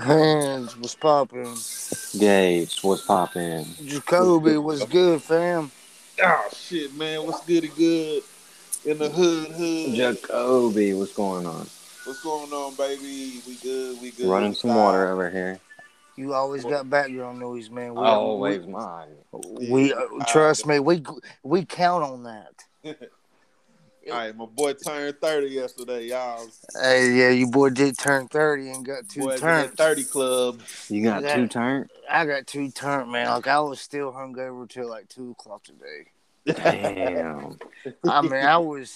Hands was popping. Gage, what's poppin'? Jacoby was good, fam. Oh shit, man, what's goody good in the hood? Hood. Jacoby, what's going on? What's going on, baby? We good. We good. Running some water over here. You always got background noise, man. We, Always mine. We, we uh, trust me. We we count on that. All right, my boy turned thirty yesterday, y'all. Hey, yeah, you boy did turn thirty and got two Boy, turns. thirty club. You got Yeah. two turn? I got two turn, man. Like I was still hungover till like two o'clock today. Damn. I mean, I was,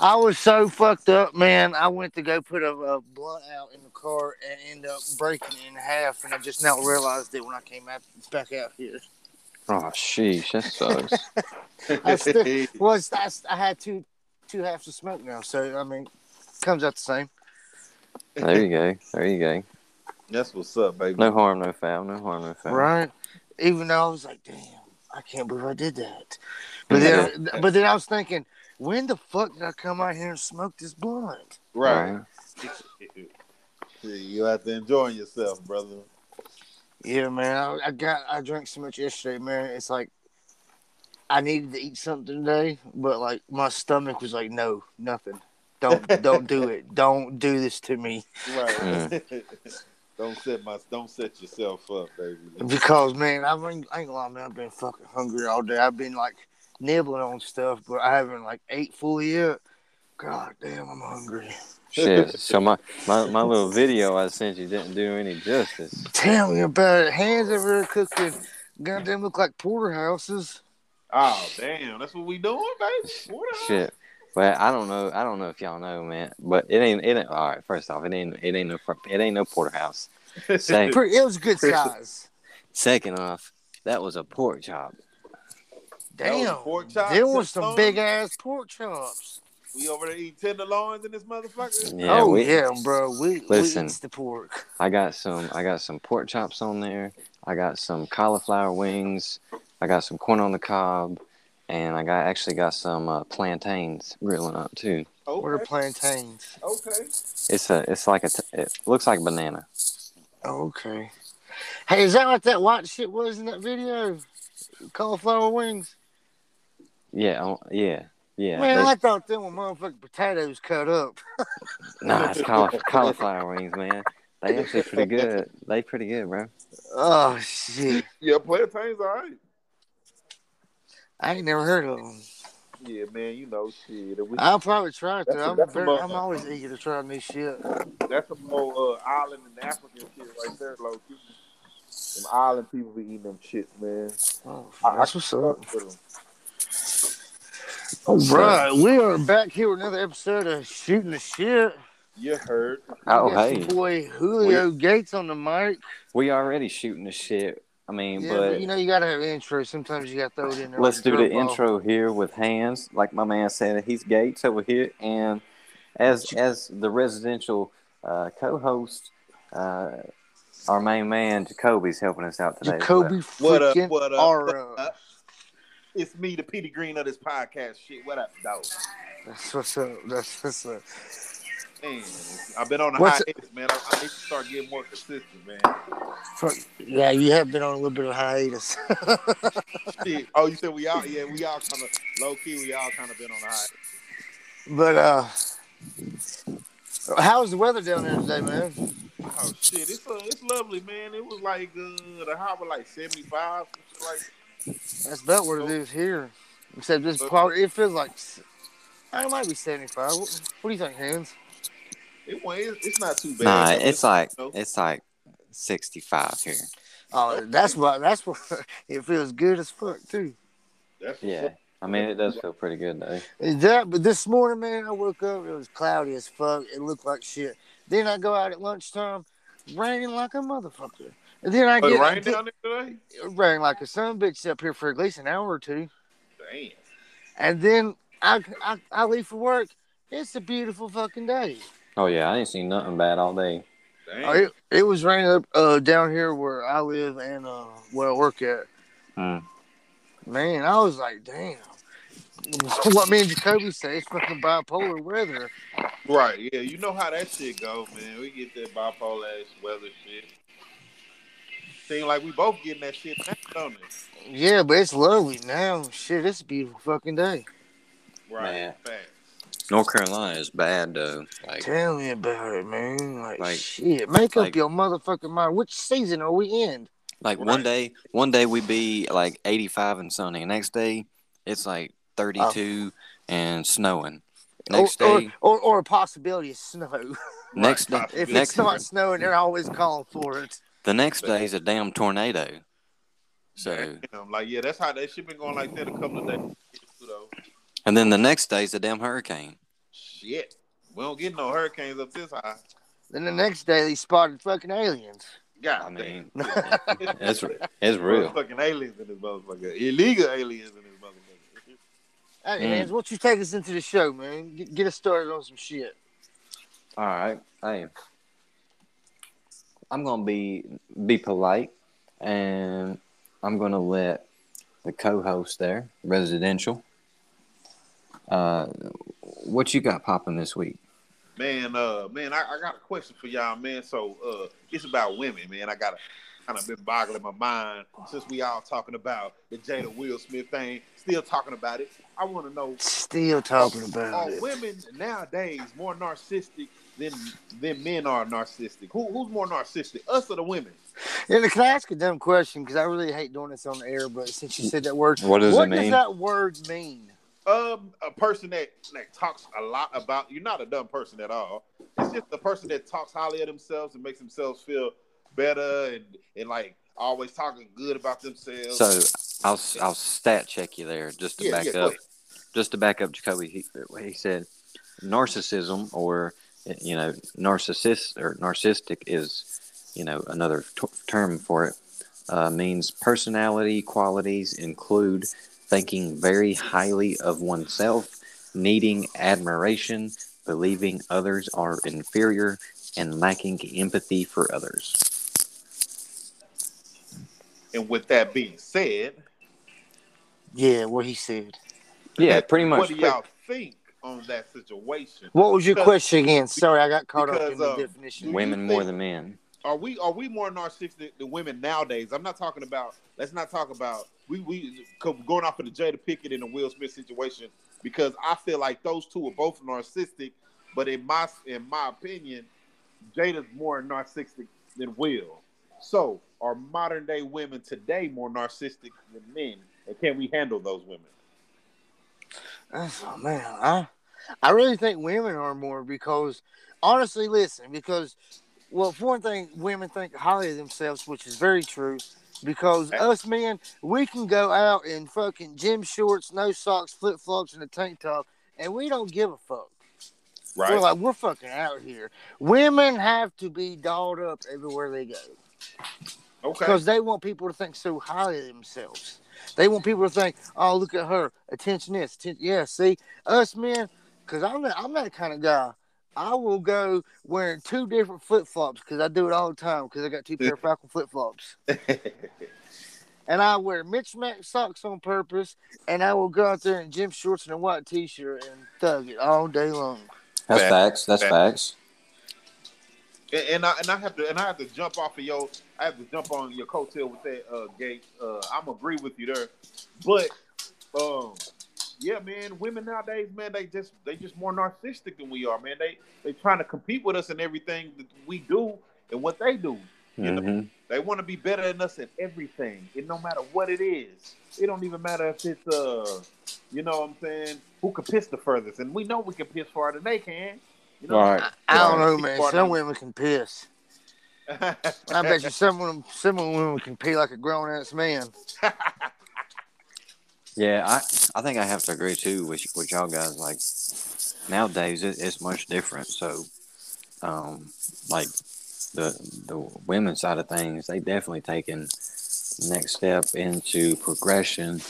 I was so fucked up, man. I went to go put a, a blunt out in the car and end up breaking it in half, and I just now realized it when I came out back out here. oh, sheesh, that sucks. I still- Was I, I had two two halves of smoke now, so I mean, comes out the same. there you go. There you go. That's what's up, baby. No harm, no foul. No harm, no foul. Right. Even though I was like, damn, I can't believe I did that. But then, but then I was thinking, when the fuck did I come out here and smoke this blunt? Right. you out there enjoying yourself, brother. Yeah, man. I, I got I drank so much yesterday, man. It's like I needed to eat something today, but like my stomach was like, no, nothing. Don't don't do it. Don't do this to me Right. don't set my don't set yourself up, baby. because man, I've been, I ain't gonna lie, man. I've been fucking hungry all day. I've been like nibbling on stuff, but I haven't like ate fully yet. God damn, I'm hungry. Shit. So my, my, my little video I sent you didn't do any justice. Tell me about it. Hands over there cooking. Goddamn, look like porterhouses. Oh damn, that's what we doing, baby. What the Shit. But I don't know. I don't know if y'all know, man. But it ain't. It ain't. All right. First off, it ain't. It ain't no. fr- It ain't no porterhouse. hell? Same. Pretty, it was good size. Second off, that was a pork chop. That was Damn, pork chops, there was six some bones. big ass pork chops. We over there eating tenderloins in this motherfucker. Yeah, oh we- yeah, bro. We Listen. we eats the pork. I got some I got some pork chops on there. I got some cauliflower wings. I got some corn on the cob, and I got actually got some uh, plantains grilling up too. What are Okay. plantains? Okay. It's a it's like a t- it looks like a banana. Oh, okay. Hey, is that what that white shit was in that video? Cauliflower wings. Yeah, oh, yeah, yeah. Man, they- I thought them were motherfucking potatoes cut up. nah, it's cauliflower, cauliflower wings, man. They actually pretty good. They pretty good, bro. Oh shit, Yeah, plantains, all right. I ain't never heard of them. Yeah, man, you know, shit. We, I'll probably try it. That's a- though. I'm that's a very, mother- I'm always eager to try new shit. Oh, that's some more uh, island and African shit right there, low key. Some island people be eating them shits, man. Oh, I- that's what's up. Fuck with 'em. Oh, Bruh, we are back here with another episode of Shooting the Shit. You heard? Oh We got hey, your boy Julio Gates on the mic. we already shooting the shit. I mean, Yeah, but but you know you gotta have intro. Sometimes you gotta throw it in there. Let's like a do the curveball. intro here with hands, like my man said. He's Gates over here, and as as the residential uh, co-host, uh, our main man Jacoby's helping us out today. as Jacoby What up? freaking What up? Aura. What up? It's me, the Petey Green of this podcast. Shit, what up, dog? That's what's up. That's what's up. Man, I've been on a What's- hiatus, man. I, I need to start getting more consistent, man. Fuck. Yeah, you have been on a little bit of hiatus. Shit. Oh, you said we all? Yeah, we all kind of low key. We all kind of been on a hiatus. but uh how's the weather down there today, man? Oh shit, it's uh, it's lovely, man. It was like uh, the high was like seventy five, like That's about what it is here. Except this part it feels like s- I might be seventy five. What, what do you think, hands? it went. It's, it's not too bad. well. Nah, though. it's like you know, it's like sixty-five here. Oh, that's why. That's why it feels good as fuck too. that's what's Yeah, up. I mean it does feel pretty good though. Is that? But this morning, man, I woke up. It was cloudy as fuck. It looked like shit. Then I go out at lunchtime, raining like a motherfucker. And then I Oh, get it rained down there today. rain like a son of a bitch up here for at least an hour or two. Damn. And then I I, I leave for work. It's a beautiful fucking day. Oh yeah, I ain't seen nothing bad all day. Damn. Oh, It, it was raining up uh, down here where I live and uh, where I work at. Mm. Man, I was like, damn. what me and Jacoby say, it's fucking bipolar weather. Right, yeah, you know how that shit go, man. We get that bipolar ass weather shit. Seem like we both getting that shit now, don't it? Yeah, but it's lovely now. Shit, it's a beautiful fucking day. Right, Man. fact. North Carolina is bad though. Like Tell me about it, man. Like, Like- shit, make like- up your motherfucking mind. Which season are we in? like Right. one day, one day we be like eighty five and sunny. Next day, it's like thirty two and snowing. Next or, day, or, or, or a possibility of snow. next Right, day, If next it's not snowing, they're always calling for it. the next day is a damn tornado. So, Damn, like yeah, that's how that shit been going like that a couple of days too, though. and then the next day is a damn hurricane. Shit, we don't get no hurricanes up this high. Then the next day, they spotted fucking aliens. God I mean, damn. it's it's real. Fucking aliens in this motherfucker. Illegal aliens in this motherfucker. Hey, Mm. man, won't you take us into the show, man? Get, get us started on some shit. All right. Hey. I'm gonna be be polite and I'm gonna let the co host there, residential. Uh what you got popping this week? Man, uh, man, I, I got a question for y'all, man. So, uh, it's about women, man. I got to kind of been boggling my mind since we all talking about the Jada Will Smith thing. Still talking about it. I want to know: Still talking about Are it. women nowadays more narcissistic than than men are narcissistic? Who who's more narcissistic, us or the women? And can I ask a dumb question? Because I really hate doing this on the air, but since you said that word, What does what it does mean? that word mean? Um, a person that that talks a lot about you're not a dumb person at all. It's just the person that talks highly of themselves and makes themselves feel better and and like always talking good about themselves. So I'll I'll stat check you there just to Yeah, back yeah, go up ahead. just to back up Jacoby. He, he said narcissism or you know narcissist or narcissistic is you know another t- term for it uh, means personality qualities include thinking very highly of oneself, needing admiration, believing others are inferior, and lacking empathy for others. And with that being said, Yeah, what he said. Yeah, pretty much. what do y'all think on that situation? What was your Because- question again? Sorry, I got caught up because, in the um, definition. Women you more think- than men. Are we are we more narcissistic than women nowadays? I'm not talking about. Let's not talk about we we 'cause going off of the Jada Pickett and the Will Smith situation because I feel like those two are both narcissistic, but in my in my opinion, Jada's more narcissistic than Will. So are modern day women today more narcissistic than men, and can we handle those women? Oh man, I I really think women are more because honestly, listen, because well, for one thing, women think highly of themselves, which is very true. Because Okay. us men, we can go out in fucking gym shorts, no socks, flip flops, and a tank top, and we don't give a fuck. We're like we're fucking out here. Women have to be dolled up everywhere they go Okay. because they want people to think so highly of themselves. They want people to think, "Oh, look at her, attention this, attention, yeah." See, us men, because I'm the, I'm that kind of guy. I will go wearing two different flip flops because I do it all the time because I got two pair of Falcon flip flops, and I wear Mitch Mac socks on purpose, and I will go out there in gym shorts and a white t shirt and thug it all day long. That's Fact. facts. That's Fact. facts. And, and I and I have to and I have to jump off of your I have to jump on your coattail with that uh gate. Uh I'm agree with you there. But um yeah, man, women nowadays, man, they just they just more narcissistic than we are, man. They they trying to compete with us in everything that we do and what they do. You know, Mhm. They want to be better than us at everything, and no matter what it is, it don't even matter if it's uh, you know what I'm saying, who can piss the furthest, and we know we can piss farther than they can. You know, Right. I don't Right. know, man. Some women can piss. I bet you some of them, some of them women can pee like a grown ass man. Yeah, I, I think I have to agree too with with y'all guys. Like nowadays, it, it's much different. So, um, like the the women's side of things, they definitely taking next step into progression.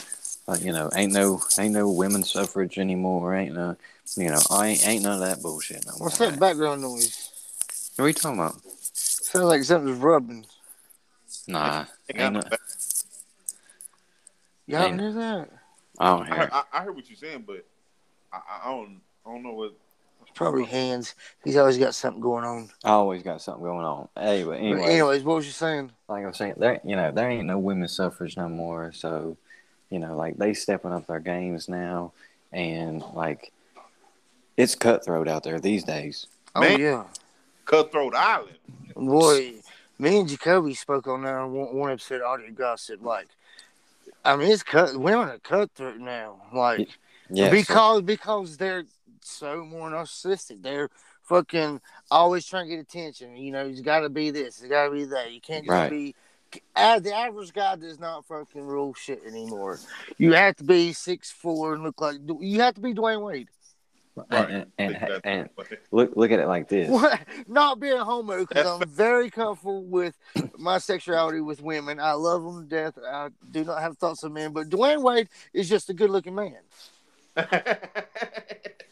Like you know, ain't no ain't no women's suffrage anymore. Ain't no you know, I ain't, ain't none of that bullshit. No more. What's that background noise? What are you talking about? Sounds like something's rubbing. Nah, ain't no, Y'all Ain't- hear that? I don't I, hear. heard- it. I, I hear what you're saying, but I, I- I don't I don't know what. Probably hands. He's always got something going on. I always got something going on. Anyway, But anyway, anyways, what was you saying? like I was saying, there you know there ain't no women's suffrage no more. So, you know, like they stepping up their games now, and like it's cutthroat out there these days. Oh Man. yeah, Cutthroat Island. boy. Me and Jacoby spoke on that on one, one episode of Audio Gossip. Like, I mean, it's cut. Women are cutthroat now. Like, Yeah, because because they're so more narcissistic. They're fucking always trying to get attention. You know, you got to be this, you got to be that. You can't just Right. be. Uh, the average guy does not fucking rule shit anymore. You have to be six four and look like you have to be Dwayne Wade. and, and, Think and, that's- and look look at it like this. What? Not being homo because I'm very comfortable with my sexuality with women. I love them to death. I do not have thoughts of men, but Dwayne Wade is just a good looking man.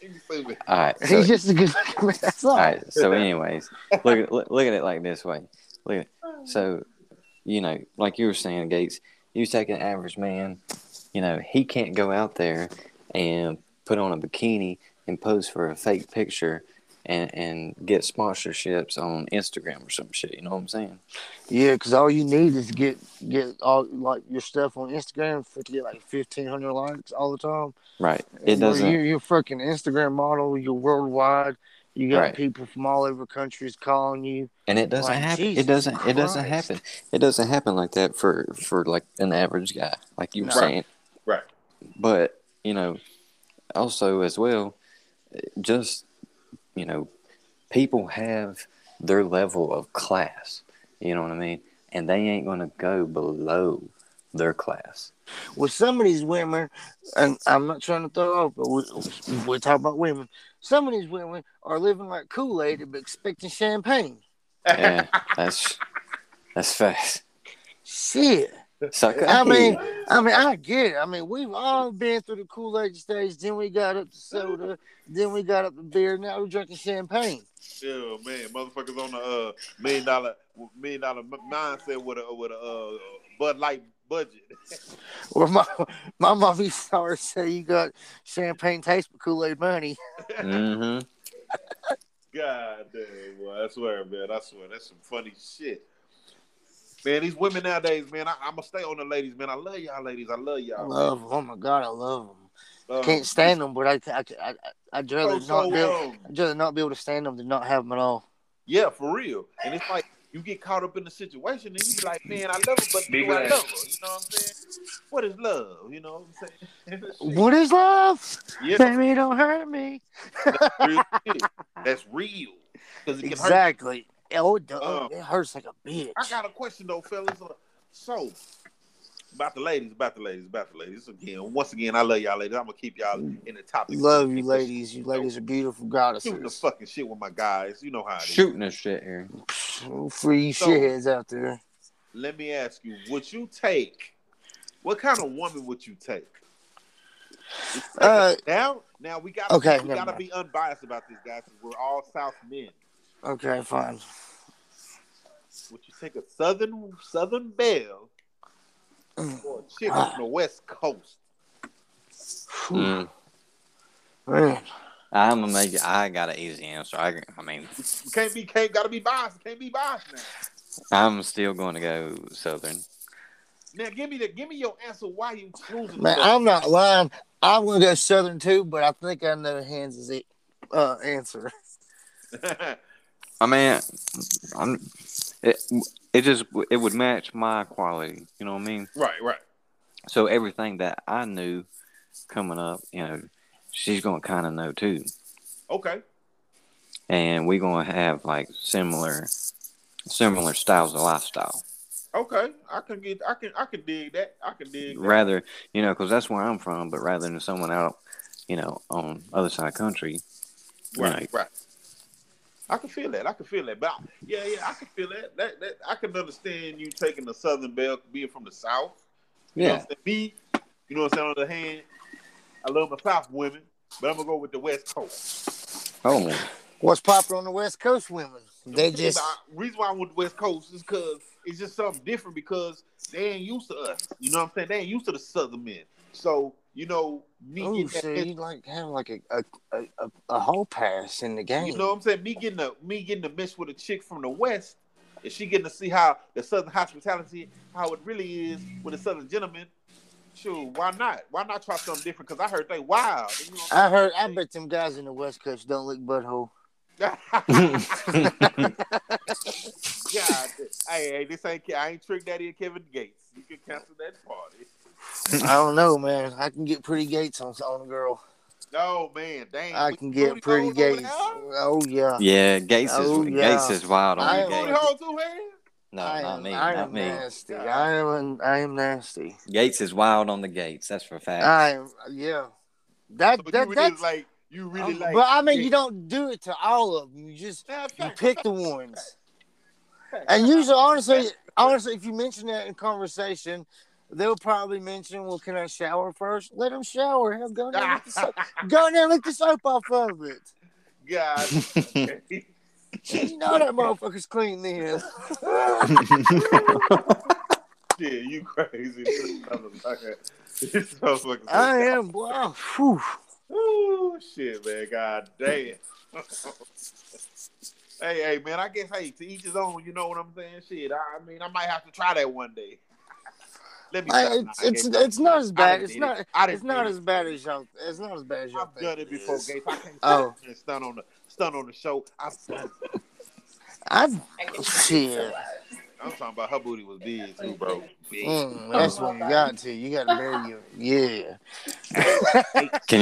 You see me? All right, so, He's just a good looking man. That's all. all right. So, anyways, look at look, look at it like this way. Look, at so you know, like you were saying, Gates, you take an average man, you know, he can't go out there and put on a bikini and pose for a fake picture and and get sponsorships on Instagram or some shit. You know what I'm saying? Yeah, because all you need is get get all like your stuff on Instagram for to get like fifteen hundred likes all the time. Right. It And doesn't. You're, you're a fucking Instagram model. You're worldwide. You got Right. people from all over countries calling you. and it doesn't Like, happen. Jesus it doesn't. It doesn't Christ. happen. It doesn't happen like that for for like an average guy, like you were No. saying. Right. But you know, also as well, just you know, people have their level of class. You know what I mean? And they ain't gonna go below their class. With some of these women, and I'm not trying to throw off, but we, we're talking about women. Some of these women are living like Kool Aid, but expecting champagne. Yeah, that's that's fast. Shit. Sucker. I mean, I mean, I get it. I mean, we've all been through the Kool Aid stage. Then we got up to soda. Then we got up to beer. Now we're drinking champagne. Yeah, man, motherfuckers on the uh, million dollar million dollar m- mindset with a with a uh, Bud Light budget. Or my my mom used to always say, "You got champagne taste, but Kool Aid money." hmm God damn, boy, I swear, man, I swear, that's some funny shit. Man, these women nowadays, man, I, I'm gonna stay on the ladies, man. I love y'all, ladies. I love I y'all. love 'em. Oh my god, I love them. Um, Can't stand them, but I I I I'd rather so, not so, be able, um, I'd rather not be able to stand them than not have them at all. yeah, for real. And it's like you get caught up in the situation, and you be like, man, I love her, but do I love her? You know what I'm saying? What is love? You know what I'm saying? What is love? yeah, Baby, don't hurt me. real shit. that's real. Because it can hurt Exactly. Oh, it does. Um, it hurts like a bitch. I got a question though, fellas. Uh, So about the ladies, about the ladies, about the ladies. Again, once again, I love y'all ladies. I'm gonna keep y'all in the topic. Love you, ladies. You ladies are beautiful goddesses. Shooting the fucking shit with my guys. You know how it is. Shooting this shit here. Free So- shitheads out there. Let me ask you, would you take what kind of woman would you take? Uh, Now now we gotta Okay, we never gotta mind. be unbiased about this guys 'cause we're all South men. okay, fine. Would you take a southern southern belle Mm. or a chick from the west coast? Whew, Mm. Man, I'm gonna make. I got an easy answer. I, I mean, You can't be can't gotta be biased. Can't be biased now. I'm still going to go southern. Now give me the give me your answer why you choosing. man, that. I'm not lying. I'm gonna go Southern too, but I think I know Hans is it. Uh, answer. I mean, I'm. It, it just it would match my quality. You know what I mean? right, right. So everything that I knew coming up, you know, she's gonna kind of know too, Okay. and we're gonna have like similar, similar styles of lifestyle. Okay. I can get I can I can dig that. I can dig that. Rather, you know, because that's where I'm from. But rather than someone out, you know, on other side of the country, Right, right. I can feel that. I can feel that. But I, yeah, yeah, I can feel that. That that I can understand you taking the southern belle being from the south. You know yeah, what I'm saying? me, you know what I'm saying, on the other hand, I love my south women, but I'm gonna go with the west coast. oh, What's popular on the West Coast women? They just The reason why I went West Coast is because it's just something different because they ain't used to us. You know what I'm saying? They ain't used to the Southern men. So you know me Oh, getting so that, you like have like a a, a, a a hall pass in the game. You know what I'm saying? Me getting to me getting to mess with a chick from the West, and she getting to see how the Southern hospitality, how it really is with a Southern gentleman. Sure, why not? Why not try something different? Because I heard they wild. You know what I heard. I bet them guys in the West Coast don't lick butthole. I'm Ah. saying? God, hey, hey, this ain't I ain't Trick Daddy and Kevin Gates. You can cancel that party. I don't know, man. I can get pretty gates on on a girl. No man, dang. I with can the get booty pretty holes over gates. there? Oh yeah. yeah, Gates is Oh, yeah. Gates is wild on I the am- Booty Gates. hole too, Harry? No, I not am, me, I not am me. nasty. I am. I am nasty. Gates is wild on the Gates. That's for a fact. I am. Yeah. That So you that really that's. like you really like. but I mean, you don't do it to all of them. You just Matter of you fact, pick the ones. And usually, honestly, honestly, if you mention that in conversation, they'll probably mention, "Well, can I shower first? Let them shower. Hell, go down, lick the soap. go down, and lick the soap off of it. God. You know that motherfucker's clean then. Yeah, you crazy. This motherfucker. This motherfucker. I am, boy. Whew. Ooh, shit, man. God damn. hey, hey, man. I guess, hey, to each his own. You know what I'm saying? Shit. I, I mean, I might have to try that one day. Let me. I, stop. it's, it's Nah, Gates, it's not as I bad. done It's did not. it. I done It's not did as it. bad as y'all. It's not as bad as y'all. I've done think it before, is. Gates. I can't Oh. oh. stunt on the stunt on the show. I've done it. I've Oh, shit. I'm talking about her booty was big too, bro. Big. Mm, that's when you got to. You got to bury you. Yeah. Can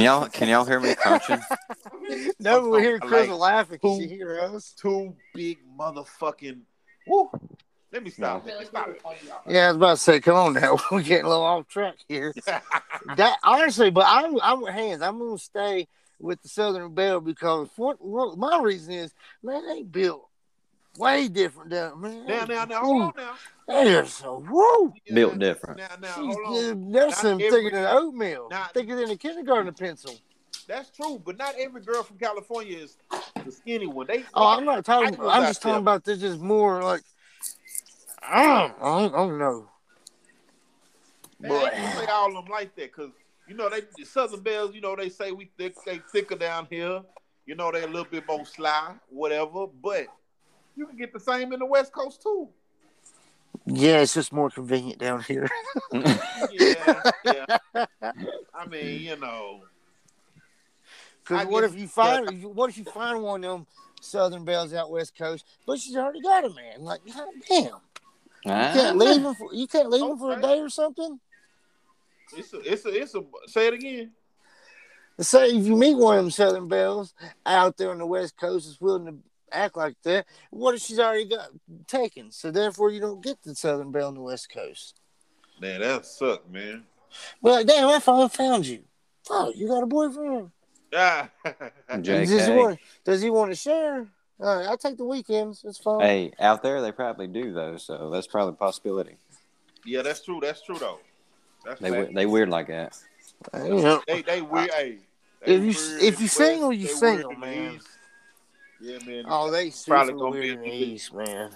y'all can y'all hear me crunching? No, we hear Chris Like, laughing. Can who- she hear us? Two big motherfucking. Woo. Let me stop. Let me stop. Yeah, I was about to say, come on now, we're getting a little off track here. that honestly, but I'm I'm with hands. I'm gonna stay with the Southern Belle because what, what my reason is, man, they built way different down man. Now, now, now, Woo, hold on now. They're so woo. Built different. Now, now, She's hold on. Nelson Not thicker every- than oatmeal, not- thicker than a kindergarten pencil. That's true, but not every girl from California is the skinny one. They Oh, I'm not talking. I was I'm out just there. talking about this. Is more like I don't, I don't, I don't know. they boy. ain't gonna say all of them like that because you know they the Southern Bells. You know they say we thick, they thicker down here. You know they a little bit more sly, whatever. But you can get the same in the West Coast too. Yeah, it's just more convenient down here. Yeah, yeah. I mean, you know, I Because what guess- if you find if you- what if you find one of them Southern Bells out West Coast, but she's already got a man? Like, God damn, you Ah, can't leave him for you can't leave him for a Uh-huh. Okay. day or something. it's a, it's a, it's a. Say it again. Say if you meet one of them Southern Bells out there on the West Coast is willing to act like that, what if she's already got taken? So therefore, you don't get the Southern Belle on the West Coast. Man, that suck, man. But like, damn, I finally found you. Oh, you got a boyfriend. Ah. Does he JK. want, does he want to share? All right, I'll take the weekends. It's fine. Hey, out there they probably do though, so that's probably a possibility. yeah, that's true. That's true though. That's They fact. we- they weird like that. You know, They they weird. hey, If they you- weird if in you the single, you they weird single, in the man. East. Yeah, man. Oh, they Probably super gonna be weird in the in the East, man.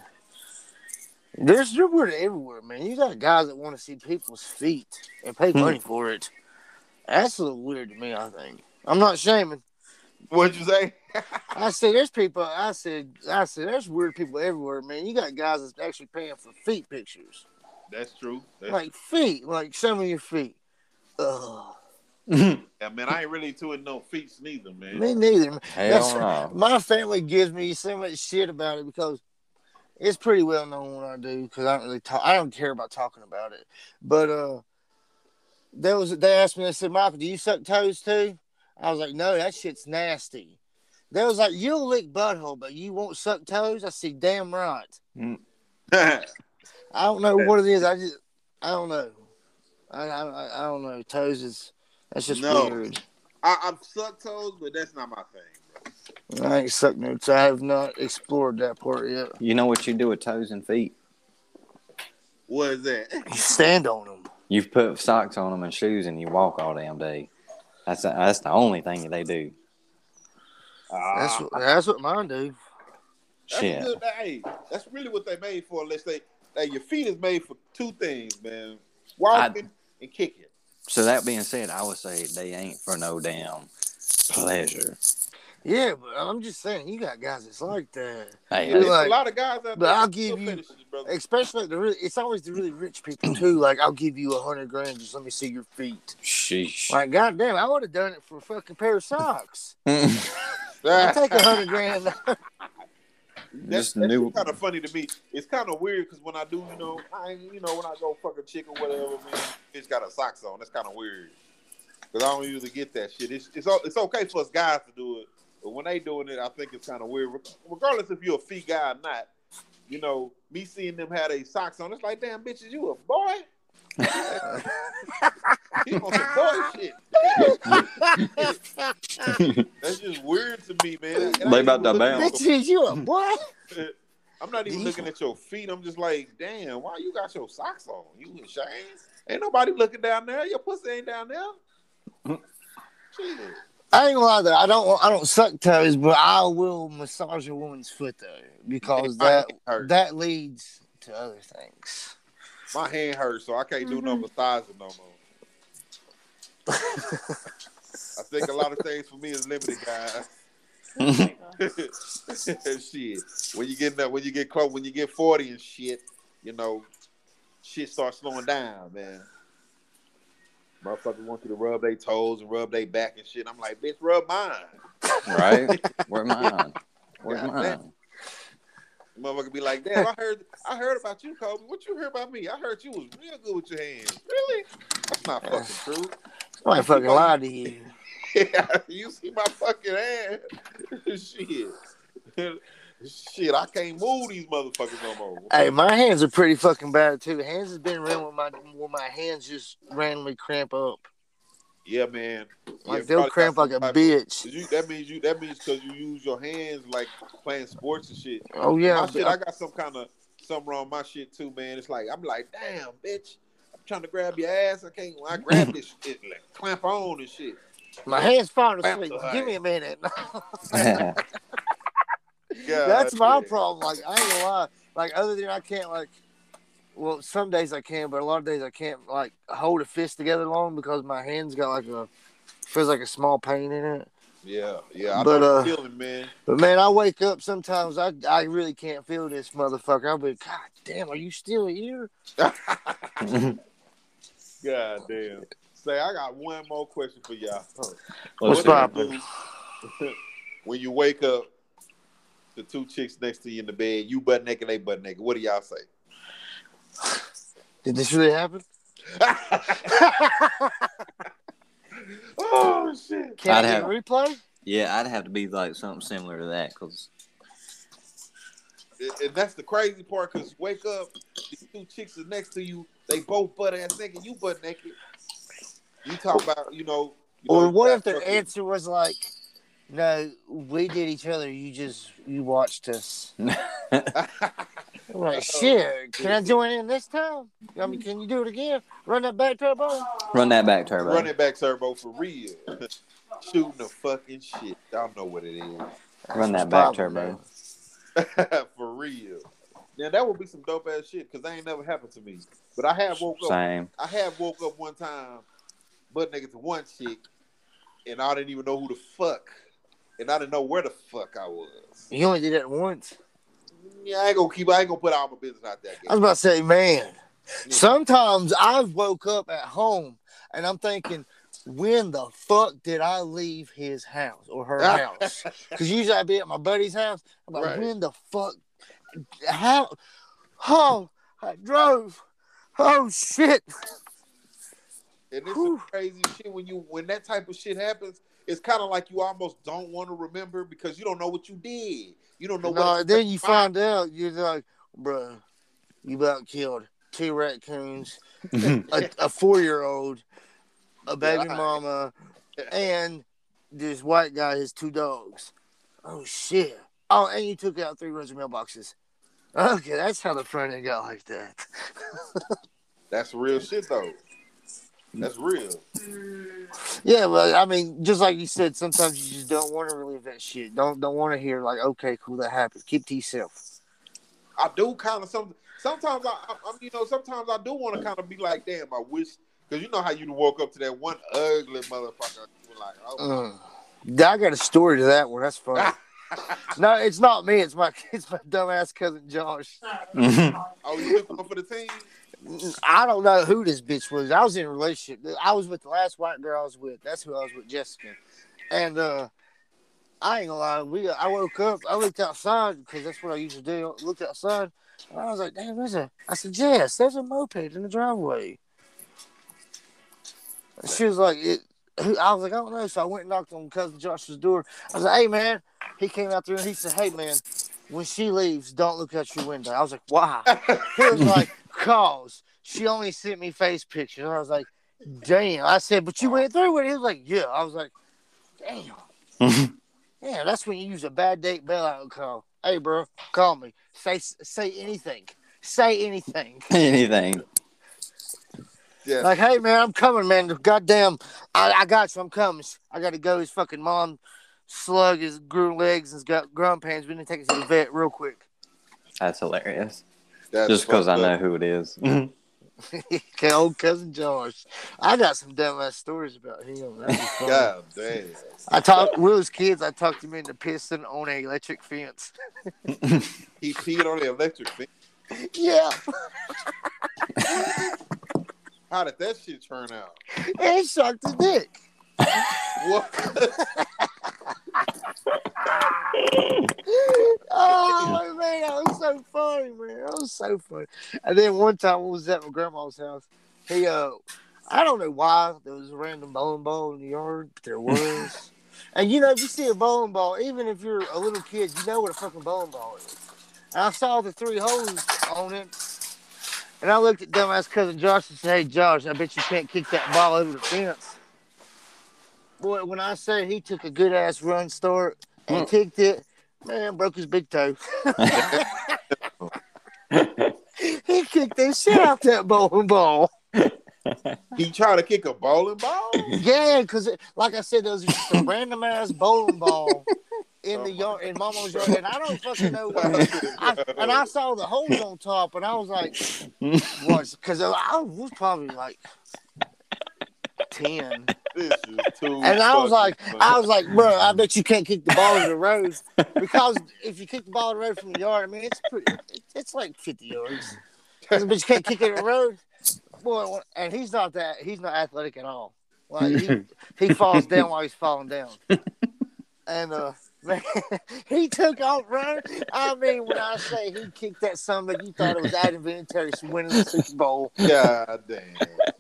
There's they're weird everywhere, man. You got guys that want to see people's feet and pay Hmm. money for it. That's a little weird to me. I think I'm not shaming. What'd you say? I said there's people. I said I said there's weird people everywhere, man. You got guys that's actually paying for feet pictures, That's true. That's, like feet, like some of your feet. Ugh, yeah, man, I ain't really into it no feats neither, man. me neither. That's- Hell no. My family gives me so much shit about it because it's pretty well known what I do because I don't really talk. I don't care about talking about it. But uh, there was they asked me. They said, "Michael, do you suck toes too?" I was like, "No, that shit's nasty." They was like, "You'll lick butthole, but you won't suck toes." I said, "Damn right." I don't know what it is. I just I don't know. I I, I- I don't know. Toes is that's just No. weird. I, I'm suck toes, but that's not my thing. I ain't sucked no. I have not explored that part yet. You know what you do with toes and feet? What is that? You stand on them. You put socks on them and shoes, and you walk all damn day. That's the, that's the only thing that they do. That's Ah, what, that's what mine do. that's Shit. good. Hey, that's really what they made for. Unless they, hey, your feet is made for two things, man: walking and kicking. So that being said, I would say they ain't for no damn pleasure. Yeah, but I'm just saying, you got guys that's like that. Hey, Really? There's I- like- a lot of guys out there. but I'll that give still you- fetishes, brother. Especially the really, it's always the really rich people too. Like, I'll give you a hundred grand, just let me see your feet. sheesh. Like, goddamn, I would have done it for a fucking pair of socks. I'll take a hundred grand. That's, Just that's new- kind of funny to me. It's kind of weird because when I do, you know, I ain't- you know when I go fuck a chick or whatever, man, bitch got a socks on. That's kind of weird because I don't usually get that shit. It's, it's o- it's okay for us guys to do it, but when they doing it, I think it's kind of weird. Re- Regardless if you're a fee guy or not, you know, me seeing them have their socks on, it's like, damn, bitches, you a boy? you on some boy shit. That's just weird to me, man. And I They ain't about even to looking at bounce. Bitch, is you a boy? I'm not even These- looking at your feet. I'm just like, damn, why you got your socks on? You in chains? Ain't nobody looking down there. Your pussy ain't down there. Jesus. I ain't gonna lie though. I don't. I don't suck toes, but I will massage a woman's foot though, because My that hand hurt. that leads to other things. My hand hurts, so I can't do Mm-hmm. no massaging no more. I think a lot of things for me is limited, guys. shit. When you get that, when you get close, when you get forty and shit, you know, shit starts slowing down, man. Motherfuckers want you to rub their toes and rub their back and shit. I'm like, bitch, rub mine. right? Where mine? Where's God damn. mine? Motherfucker be like, damn, I heard, I heard about you, Kobe. What you heard about me? I heard you was real good with your hands. Really? That's not fucking true. I ain't fucking lie to you. you see my fucking ass? Shit. Shit, I can't move these motherfuckers no more. Hey, my hands are pretty fucking bad too. Hands has been around when my when my hands just randomly cramp up. Yeah, man. Like Yeah, they'll probably cramp got like some a type of- bitch. 'Cause You, that means you. That means because you use your hands like playing sports and shit. Oh yeah, my shit, I got some kind of something wrong with my shit too, man. It's like I'm like, damn, bitch. I'm trying to grab your ass. I can't. When I grab this shit, like, clamp on and shit. my hands falling Cramp asleep. the hide. Give me a minute. Yeah, That's my yeah. problem. Like I ain't gonna lie. Like other than I can't like well, some days I can, but a lot of days I can't like hold a fist together long because my hands got like a feels like a small pain in it. Yeah, yeah. I But, but uh, uh, feeling, man. But man, I wake up sometimes I I really can't feel this motherfucker. I'll be God damn, are you still here? God damn. Say, I got one more question for y'all. What's What do you poppin'? do When you wake up, the two chicks next to you in the bed, you butt naked, they butt naked. What do y'all say? Did this really happen? oh shit! Can I I'd get have- replay? Yeah, I'd have to be like something similar to that because And- And that's the crazy part, cause wake up, these two chicks are next to you. They both butt ass naked. You butt naked. You talk about, you know. you Or know, what you if got their fucking- answer was like, No, we did each other, you just you watched us. I'm Oh, like, shit, can I join in this time? I mean, can you do it again? Run that back turbo? run that back, Turbo. Running back turbo for real. Shooting the fucking shit. Y'all know what it is. That's Run that back, what's poppin', Turbo. man. for real. Now that would be some dope ass shit because that ain't never happened to me. But I have woke up. Same. I have woke up one time, butt naked to one chick, and I didn't even know who the fuck, and I didn't know where the fuck I was. You only did that once. Yeah, I ain't gonna keep. I ain't gonna put all my business out there. I was Again. about to say, man, sometimes I've woke up at home and I'm thinking, when the fuck did I leave his house or her house? Because usually I'd be at my buddy's house. I'm like, Ah. Right. when the fuck? How? Oh, I drove. Oh, shit. And it's Whew. some crazy shit when you when that type of shit happens. It's kind of like you almost don't want to remember because you don't know what you did. You don't know No, what. then you find out you're like, bruh, you about killed two raccoons, a, a four year old, a baby Yeah. mama, and this white guy has two dogs. Oh shit! Oh, and you took out three rows of mailboxes. Okay, that's how the front end got like that. That's real shit though. That's real. Yeah, but I mean, just like you said, sometimes you just don't want to relive that shit. Don't don't want to hear like, okay, cool, that happened. Keep to yourself. I do kind of some. Sometimes I, I, I'm, you know, sometimes I do want to kind of be like, damn, I wish Because you know how you woke up to that one ugly motherfucker. You were like, oh. Mm. I got a story to that one. That's funny. no, it's not me. It's my it's my dumbass cousin Josh. oh, you took one for the team? I don't know who this bitch was. I was in a relationship. I was with the last white girl I was with. That's who I was with, Jessica. And uh, I ain't gonna lie. We I woke up. I looked outside because that's what I usually do. I looked outside. And I was like, "Damn, there's a." I said, "Yes, there's a moped in the driveway." And she was like, "It." I was like, "I don't know." So I went and knocked on cousin Josh's door. I was like, "Hey, man." He came out there and he said, "Hey, man." When she leaves, don't look out your window. I was like, why? He was like, cause she only sent me face pictures. And I was like, damn. I said, but you went through it. He was like, yeah. I was like, damn. Yeah, that's when you use a bad date bailout call. Hey, bro, call me. Say say anything. Say anything. Anything. Yeah. Like, hey, man, I'm coming, man. Goddamn, I, I got you. I'm coming. I got to go. His fucking mom slug his grew legs and's got ground pains. We need to take it to the vet real quick. That's hilarious. That's Just because I fucked know up. who it is. Okay, old cousin Josh. I got some dumbass stories about him. That'd be fun. God damn. I talked we was kids. I talked him into pissing on an electric fence. He peed on the electric thing. yeah, How did that shit turn out? and sucked his dick. What? oh man, that was so funny, man. That was so funny. And then one time we was at my grandma's house. He uh I don't know why there was a random bowling ball in the yard, but there was. and you know, if you see a bowling ball, even if you're a little kid, you know what a fucking bowling ball is. And I saw the three holes on it. And I looked at dumbass cousin Josh and said, Hey Josh, I bet you can't kick that ball over the fence. Boy, when I say he took a good ass run start and kicked it, Man, broke his big toe. he kicked the shit out that bowling ball. he tried to kick a bowling ball? Yeah, because like I said, there was just a random ass bowling ball in the yard, in Mama's yard, and I don't fucking know why. I, and I saw the holes on top, and I was like, "What?" Because I was probably like ten. This is too And I was fucking like, funny. I was like, bro, I bet you can't kick the ball in the road because if you kick the ball in the road from the yard, I mean, it's pretty, it's like fifty yards. But you can't kick it in the road, boy. And he's not that, he's not athletic at all. Like he, he falls down while he's falling down. And uh, man, he took off running. I mean, when I say he kicked that son, like you thought it was Adam Vinatieri winning the Super Bowl. God damn.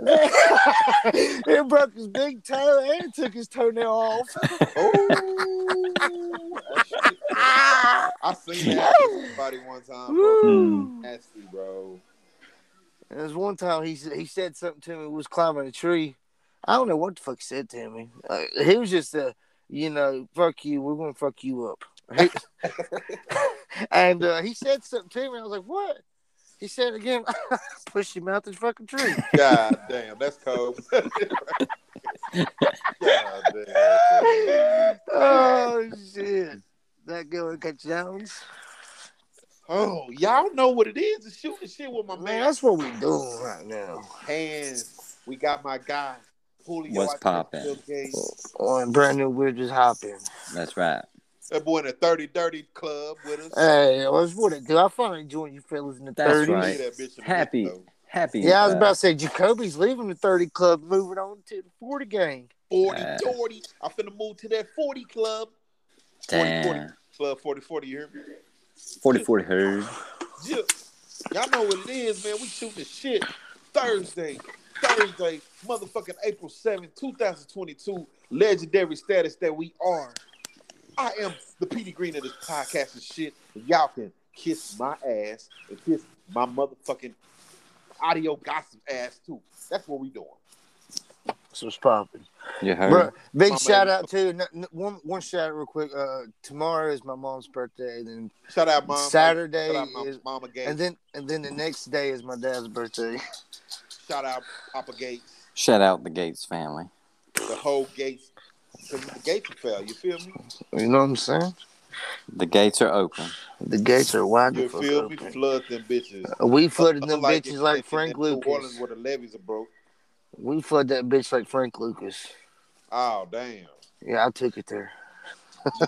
it broke his big toe and it took his toenail off. Oh, that shit. Ah! I seen that shit with somebody one time. Bro. Woo! Nasty, bro. And There's one time he s- he said something to me. We was climbing a tree. I don't know what the fuck he said to me. Uh, he was just a, you know, fuck you. We're gonna fuck you up. and uh, he said something to me. I was like, what? He said again. Pushed him out the fucking tree. God damn, that's cold. God damn. oh shit! That girl got Jones. Oh, y'all know what it is to shoot the shit with my Oh, Man, man. that's what we doing right now. Hands. We got my guy. Julio What's Iglesias, poppin'? Bill Gates. On brand new, we're just hopping. That's right. That boy in the 30 Dirty Club with us. Hey, what's what it do? I finally joined you fellas in the That's thirties. right. Leave that bitch in the Happy. window. Happy. Yeah, I was uh, about to say Jacoby's leaving the thirty club, moving on to the forty gang. 40 Yeah. 40. I'm finna move to that 40 club. 40 40 damn. club 40 40. You hear me? 40 40 herd. Yeah. Y'all know what it is, man. We shooting the shit Thursday, Thursday, motherfucking April 7th, 2022. Legendary status that we are. I am the Petey Green of this podcast and shit. And y'all can kiss my ass and kiss my motherfucking audio gossip ass too. That's what we doing. That's what's popping. You heard? Bro, big My shout man. out to n- n- one one shout out real quick. Uh, tomorrow is my mom's birthday, and then Shout out, mom. Saturday Shout out, mom, is, Mama Gates. and then and then the next day is my dad's birthday. Shout out, Papa Gates. Shout out the Gates family. The whole Gates. Because the Gates fell. You feel me? You know what I'm saying? The gates are open. The gates are wide. the You fuck feel me? open. Flood them bitches. We flooded them Unlike bitches like in Frank New Orleans Lucas. where the levees are broke. We flood that bitch like Frank Lucas. Oh damn. Yeah, I took it there.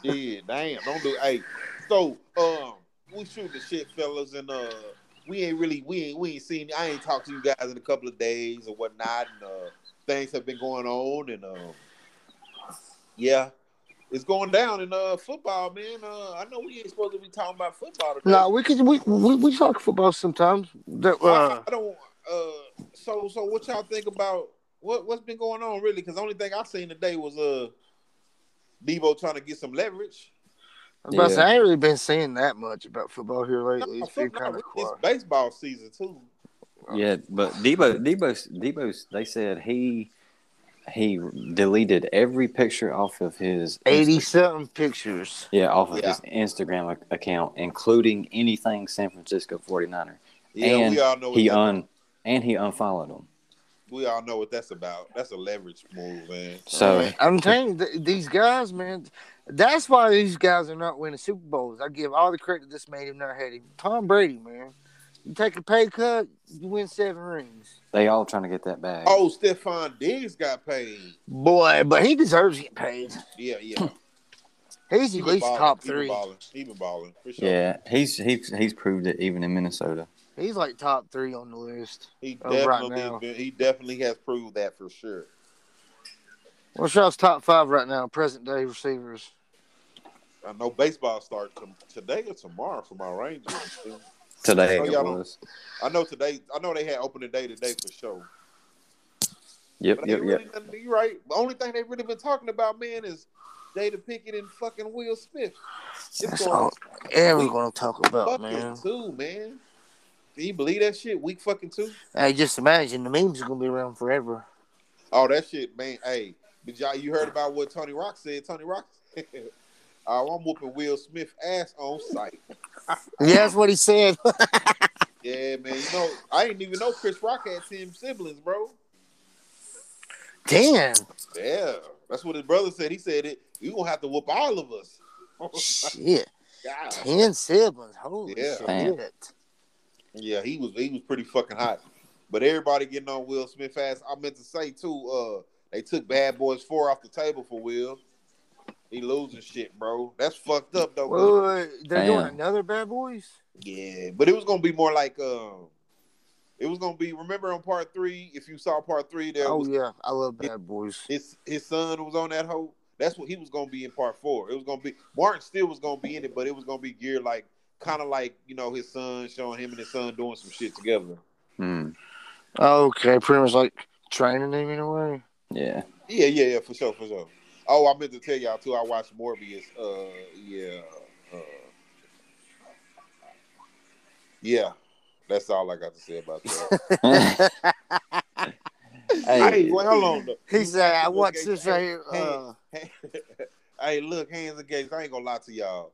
yeah, damn. Don't do hey. So um we shoot the shit, fellas, and uh we ain't really we ain't we ain't seen I ain't talked to you guys in a couple of days or whatnot and uh things have been going on and um yeah. It's going down in uh football, man. Uh I know we ain't supposed to be talking about football today. No, we could we we, we talk football sometimes. That, uh, I, I don't uh so so what y'all think about what what's been going on really? Because the only thing I seen today was uh Debo trying to get some leverage. I'm about to say, Yeah. I ain't really been seeing that much about football here No, lately. It's been fuck no, kind of it's quiet. baseball season too. Yeah, but Debo, Debo, Debo. They said he he deleted every picture off of his Eighty something pictures. Yeah, off of Yeah. his Instagram ac- account, including anything San Francisco 49er. Oh, Yeah, and we all know what he that- un and he unfollowed him. we all know what that's about. That's a leverage move, man. So Man, I'm telling you, th- these guys, man, that's why these guys are not winning Super Bowls. I give all the credit to this man who not had him. Tom Brady, man. You take a pay cut, you win seven rings. they all trying to get that bag. Oh, Stephon Diggs got paid. Boy, but he deserves to get paid. Yeah, yeah. He's He at been least balling. top He been three. balling. He been balling for sure. Yeah, he's he's he's proved it even in Minnesota. He's like top three on the list. He Oh, right definitely now. has been, he definitely has proved that for sure. What's y'all's top five right now, present day receivers? I know baseball starts tom- today or tomorrow for my Rangers. Today Oh, it y'all don't- was. I know today. I know they had opening day today for sure. Yep, But yep, ain't yep. really nothing, you right. The only thing they've really been talking about, man, is Jada Pickett and fucking Will Smith. It's That's going all everyone's gonna talk about, fucking man. two, man. Can you believe that shit? Week fucking two. Hey, just imagine the memes are gonna be around forever. Oh, that shit, man. Hey, did y'all you heard about what Tony Rock said? Tony Rock. oh, I'm whooping Will Smith ass on sight. Yeah, that's what he said. Yeah, man. You know, I didn't even know Chris Rock had ten siblings, bro. Damn. Yeah, that's what his brother said. He said it. You gonna have to whoop all of us. Shit. God. Ten siblings. Holy Yeah. Man. shit. Yeah, he was he was pretty fucking hot. But everybody getting on Will Smith fast. I meant to say too, uh, they took Bad Boys Four off the table for Will. He losing shit, bro. That's fucked up though. Wait, 'cause- wait, wait, They're doing Damn. another Bad Boys? Yeah, but it was gonna be more like um, it was gonna be. Remember on part three, if you saw part three, there Oh, was yeah. I love Bad Boys. his his son was on that whole. That's what he was gonna be in part four. It was gonna be Martin still was gonna be in it, but it was gonna be geared like kind of like you know his son showing him and his son doing some shit together. Mm, Okay, pretty much like training him in a way. yeah. Yeah, yeah, yeah, for sure, for sure. Oh, I meant to tell y'all too. I watched Morbius. Uh, yeah, uh, yeah. That's all I got to say about that. hey, hey, wait, hold on. though. He said, I Look, watch hey, this hey, right here. hey, Uh, hey, look, hands and gates. I ain't gonna lie to y'all.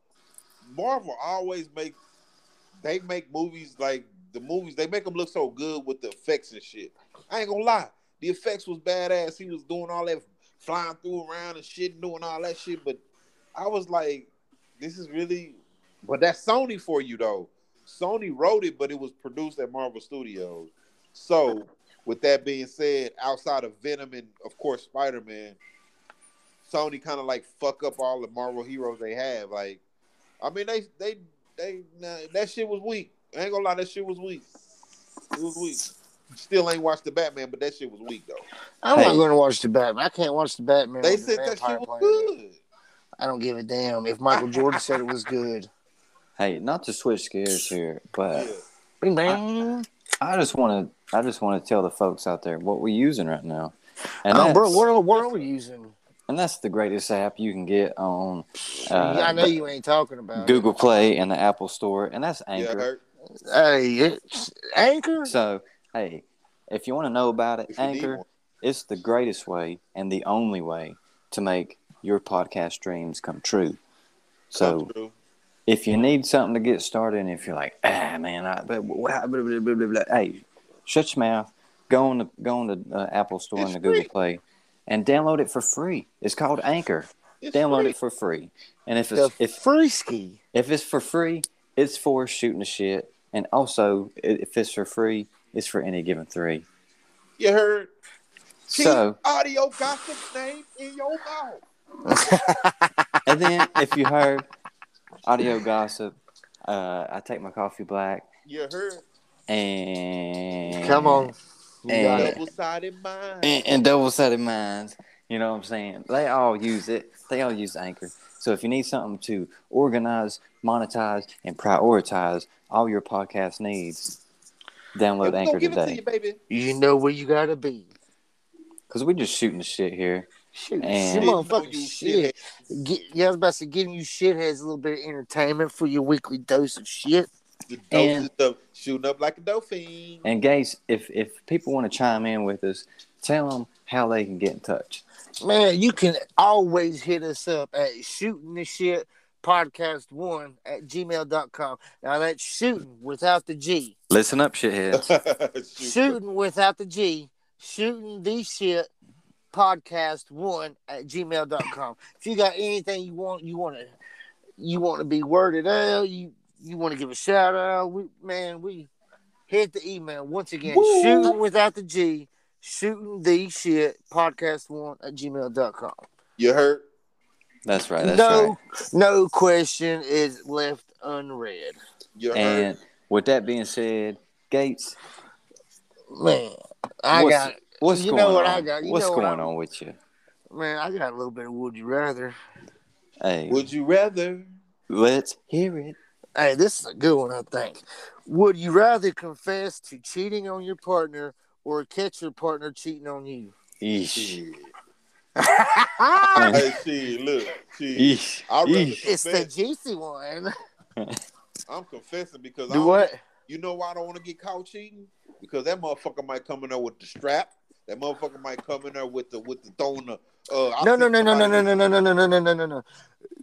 Marvel always make they make movies like the movies. They make them look so good with the effects and shit. I ain't gonna lie. The effects was badass. He was doing all that flying through around and shit, and doing all that shit. But I was like, this is really. But that's Sony for you though. Sony wrote it, but it was produced at Marvel Studios. So, with that being said, outside of Venom and of course Spider Man, Sony kind of like fuck up all the Marvel heroes they have. Like, I mean, they they they nah, that shit was weak. I ain't gonna lie, that shit was weak. It was weak. Still ain't watched the Batman, but that shit was weak though. I'm not Hey. going to watch the Batman. I can't watch the Batman. They with the said that vampire shit was playing it. good. I don't give a damn if Michael Jordan said it was good. hey, not to switch gears here, but Yeah. Bing bang. I just want to I just want to tell the folks out there what we're using right now. And Oh, bro, that's- what are, what are we using? And that's the greatest app you can get on uh, yeah, I know you ain't talking about Google Play and the Apple Store, and that's Yeah, Anchor. Herc, It. Hey, it's Anchor. so, hey, if you want to know about it, if you need Anchor, one. it's the greatest way and the only way to make your podcast dreams come true. So, Come through. if you need something to get started, and if you're like, ah, man, I, blah, blah, blah, blah, blah, blah, blah," hey, shut your mouth, go on the go on the uh, Apple Store It's and the Google free. Play, and download it for free. It's called Anchor. It's download free. it for free. And if the it's if Frisky. If it's for free, it's for shooting the shit. And also, i- if it's for free, it's for any given three. You heard? Keep So- audio gossip name in your mouth. And then if you heard audio gossip, uh, I take my coffee black You heard and Come on. You got it. double sided mind. and, and double sided minds. You know what I'm saying? They all use it. They all use Anchor. So if you need something to organize, monetize, and prioritize all your podcast needs, download If we Anchor don't give it to today. you, baby. You know where you gotta be. Because we're just shooting the shit here. Shoot, And- you motherfucking You shit. Get, yeah, I was about to say, giving you shitheads a little bit of entertainment for your weekly dose of shit. The dope And- is up, shooting up like a dolphin. And guys, if if people want to chime in with us, tell them how they can get in touch. Man, you can always hit us up at shooting the shit podcast one at gmail.com. Now that's shooting without the G. Listen up, shitheads. Shoot. Shooting without the G. Shooting the shit podcast one at gmail.com. If you got anything you want, you want to you want to be worded out, you you want to give a shout out, we man, we hit the email once again. Woo. Shooting without the G. Shooting the shit podcast one at gmail.com. You heard? That's right. That's no, right. no question is left unread. You heard? And with that being said, Gates, Man, I what's, got what's you going know what on? I got, you what's know what going I- on with you? man, I got a little bit of would you rather. Hey, Would you rather? let's hear it. Hey, this is a good one, I think. Would you rather confess to cheating on your partner or catch your partner cheating on you? Yeesh. Shit. I mean, Hey, shit, look. Shit. yeesh, I'd rather yeesh. it's the confess. juicy one. I'm confessing because I Do don't- what? You know why I don't want to get caught cheating? Because that motherfucker might come in there with the strap. That motherfucker might come in there with the with the throwing the. Uh, I No, no, think no, no, no, somebody- no, no, no, no, no, no, no, no, no, no.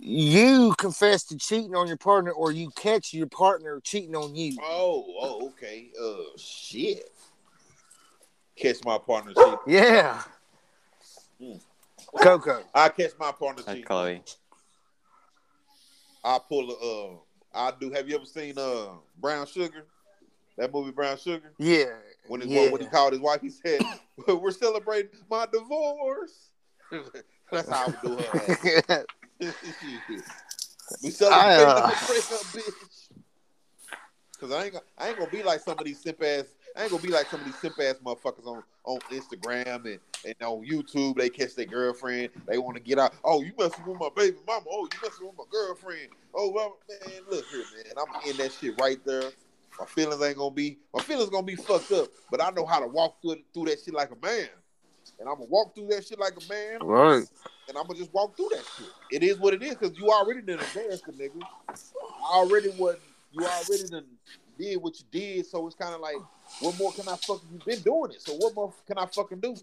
You confess to cheating on your partner, or you catch your partner cheating on you. Oh, oh, okay. Uh, shit. Catch my partner cheating. Yeah, Mm. Coco. I catch my partner Hey, cheating. Chloe. I pull a. Uh, I do. Have you ever seen uh Brown Sugar? That movie Brown Sugar. Yeah. When his yeah. when he called his wife, he said, "We're celebrating my divorce." That's how I would do her. ass. I, we celebrating uh, the breakup, bitch. Cause I ain't, gonna- I ain't gonna be like some of these simp ass. I ain't gonna be like some of these simp ass motherfuckers on, on Instagram and, and on YouTube. They catch their girlfriend. They want to get out. Oh, you messing with my baby mama. Oh, you messing with my girlfriend. Oh, well, man, look here, man. I'm in that shit right there. My feelings ain't gonna be. My feelings gonna be fucked up. But I know how to walk through through that shit like a man. And I'm gonna walk through that shit like a man right. and I'm gonna just walk through that shit. It is what it is because you already done advanced, the nigga. I already what you already done did what you did, so it's kind of like, what more can I fucking? You've been doing it, so what more can I fucking do?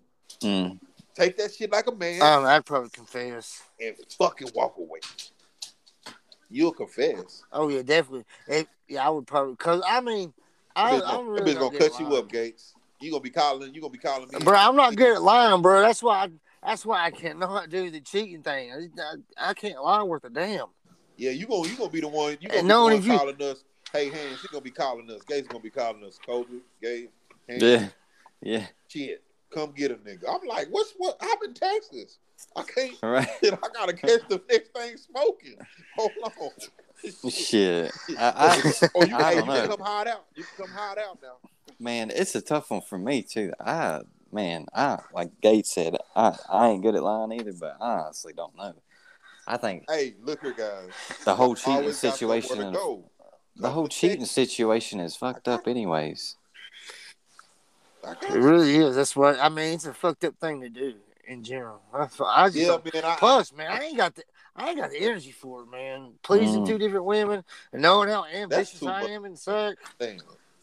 Mm. Take that shit like a man Um, I'd probably confess. and fucking walk away. You'll confess. Oh yeah, definitely. It, yeah, I would probably because I mean, I, That bitch I'm gonna, that really bitch not gonna good cut at you lying. up, Gates. You gonna be calling. You gonna be calling me, bro. I'm not good at lying, bro. That's why. I, that's why I cannot do the cheating thing. I, I, I can't lie worth a damn. Yeah, you gonna you gonna be the one. You gonna And be the knowing one if you- calling us. Hey, hands. She gonna be calling us. Gates gonna be calling us. Kobe, Gates, hands. Yeah. Yeah. shit, come get a nigga. I'm like, what's what? I'm in Texas. I can't. All right. Shit, I gotta catch the next thing smoking. Hold on. Shit. I, oh, you, I hey, you don't can know. come hide out. You can come hide out now. I, man, it's a tough one for me, too. I, man, I, like Gates said, I, I ain't good at lying either, but I honestly don't know. I think Hey, look here, guys. the whole cheating Always got somewhere situation, to go. the whole cheating situation is fucked up, anyways. I It got you. really is. That's what I mean. It's a fucked up thing to do in general. I, f- I just Yeah, don't- man. I, plus, man, I ain't got the. I ain't got the energy for it, man. Pleasing Mm. two different women and knowing how ambitious too I much. am in sex. damn.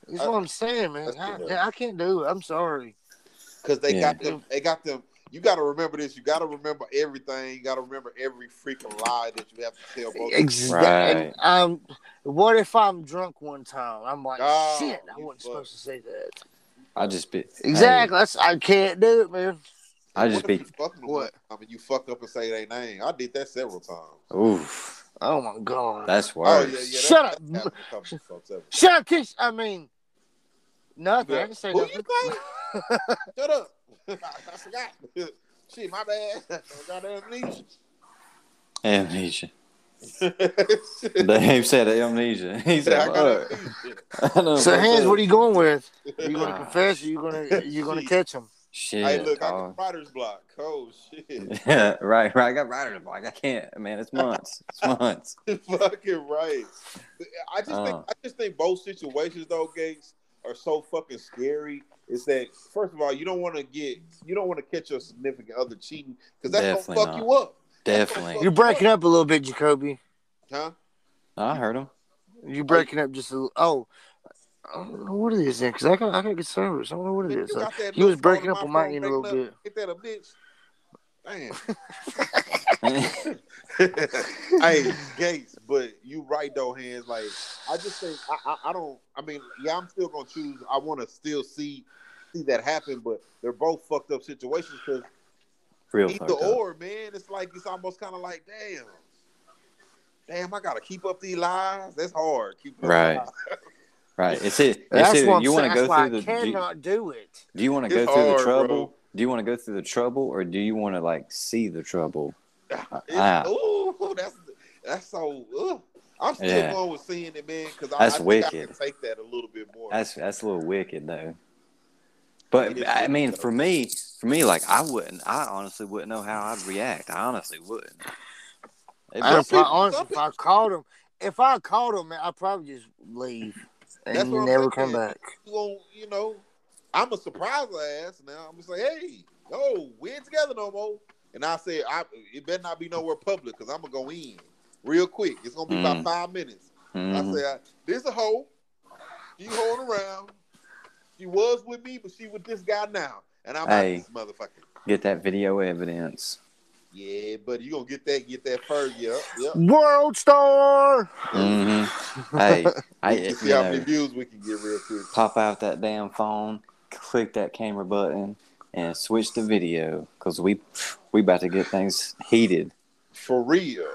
That's I- what I'm saying, man. That's too much. I, I can't do it. I'm sorry. Cause they Yeah. got them. They got them. You gotta remember this. You gotta remember everything. You gotta remember every freaking lie that you have to tell. Both. Exactly. Right. Um, what if I'm drunk one time? I'm like, Oh, shit, I you wasn't fuck. supposed to say that. I just be hey, Exactly. That's, I can't do it, man. I just What if be you fucking them What? one time and you fuck up and say their name. I did that several times. oof. Oh my god. That's Oh worse. yeah, yeah. that- Shut up. that happened a couple of times. Shut up, Kish. I mean, nothing. I Yeah. can say Who nothing. you think? Shut up. I, I forgot. Shit, my bad. Goddamn amnesia. Amnesia. Shit, Dave said amnesia. He said, I got "Fuck." I don't So know hands, what's what are you going with? Are you amnesia. gonna confess? Or you gonna you gonna Shit. catch him? Shit. hey, look, I dog. got writer's block. Oh shit, yeah, right, right. I got writer's block. I can't, man. It's months. It's months. fucking right. I just Uh. think I just think both situations though, Gates, are so fucking scary. Is that first of all, you don't want to get you don't want to catch your significant other cheating because that's Definitely gonna fuck not. you up, Definitely. You're breaking up a little bit, Jacoby. huh? I heard him. You're breaking up just a little. Oh, I don't know what it is then, because I got I got good service. I don't know what it Man, is. you So. got that He was little breaking phone up in on my end a phone little bit. making up- Get yeah, that a bitch. Damn. hey, Gates, but you right though, hands. Like I just think I, I, I don't. I mean, yeah, I'm still gonna choose. I want to still see see that happen, but they're both fucked up situations because real either fucked up. or, man. It's like it's almost kind of like damn. Damn, I gotta keep up these lies. That's hard. Keep up Right. the lies. Right. It's it. It's That's either what I'm you want saying. to That's why go I through the. Do you, cannot do it. do you want to It's go through hard, the bro. trouble? Do you want to go through the trouble, or do you want to like see the trouble? Uh, It's, ah, Ooh, that's that's so. Ugh. I'm still Yeah. going with seeing it, man, because I, That's I think I wicked. can take that a little bit more. that's that's a little wicked though. It But is I wicked, mean, though. for me, for me, like I wouldn't. I honestly wouldn't know how I'd react. I honestly wouldn't. It'd I be- probably, people- honestly, some if I called him, if I called him, man, I'd probably just leave That's and what I'm never saying. come back. you gon' you know, I'm a surprise ass now. I'm gonna say, hey, no, we ain't together no more. And I said, I it better not be nowhere public because I'm gonna go in real quick. It's gonna be Mm. about five minutes. Mhm. I said, this a hoe. She holding around. She was with me, but she with this guy now, and I'm Hey. out this motherfucker. Get that video evidence. Yeah, buddy, you gonna get that, get that fur, yeah, yeah. World Star. Mm-hmm. hey, I You you see how many know, views we can get real quick. pop out that damn phone, click that camera button, and switch the video because we we about to get things heated. For real.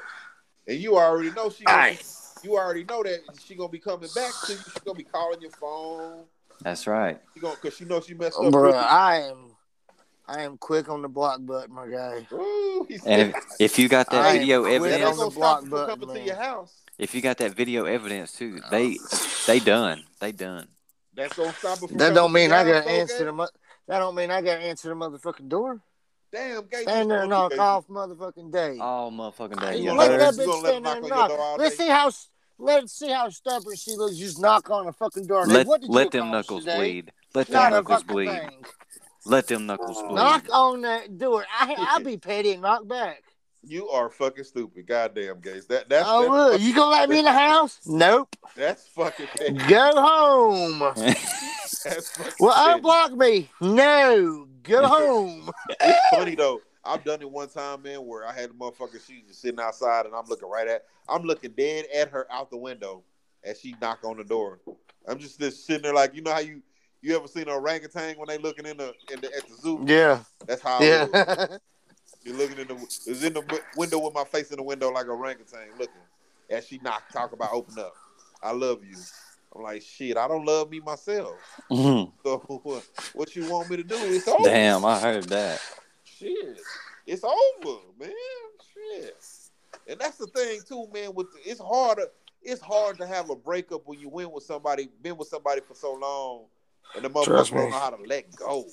And you already know she gonna, Aye. you already know that she gonna be coming back to you. She gonna be calling your phone. That's right. She gonna cause she knows she messed up. Bruh, with I am, I am quick on the block button, my guy. you. Ooh, he said, And if, if you got that I video quit that ain't on evidence, the gonna stop block you from button, coming to man. your house. if you got that video evidence too, they they done. They done. That's gonna stop her from That coming don't to mean your I house, gotta okay? answer the. Mo- that don't mean I gotta answer the motherfucking door. Damn, gay. Stand there and knock off motherfucking day. All motherfucking day. Uh, You You Let gonna that heard? let her- bitch you stand there gonna and let her knock on your knock. door all Let's day? see how s- let's see how stubborn she looks. Just knock on the fucking door. Hey, Let what did you let them accomplish knuckles today? bleed. Let them Not a knuckles fucking bleed. thing. Let them knuckles bleed. Knock on that door. I I'll be petty and knock back. You are fucking stupid. Goddamn, gays. That that's oh look, that's, you gonna let me in the house? Nope. that's fucking petty. Go home. That's fucking Well, petty. unblock me. No. Go home. It's funny though. I've done it one time, man, where I had the motherfucker. She's just sitting outside, and I'm looking right at. I'm looking dead at her out the window as she knock on the door. I'm just just sitting there like you know how you you ever seen an orangutan when they looking in the, in the at the zoo? Yeah. That's how I was. Yeah. You're looking in the is in the wi- window with my face in the window like a orangutan looking as she knock talk about open up. I love you. I'm like shit. I don't love me myself. So what you want me to do? It's over. Damn, I heard that. Shit, it's over, man. Shit, and that's the thing too, man. With the, it's harder, it's hard to have a breakup when you win with somebody, been with somebody for so long, and the Trust motherfucker me. don't know how to let go.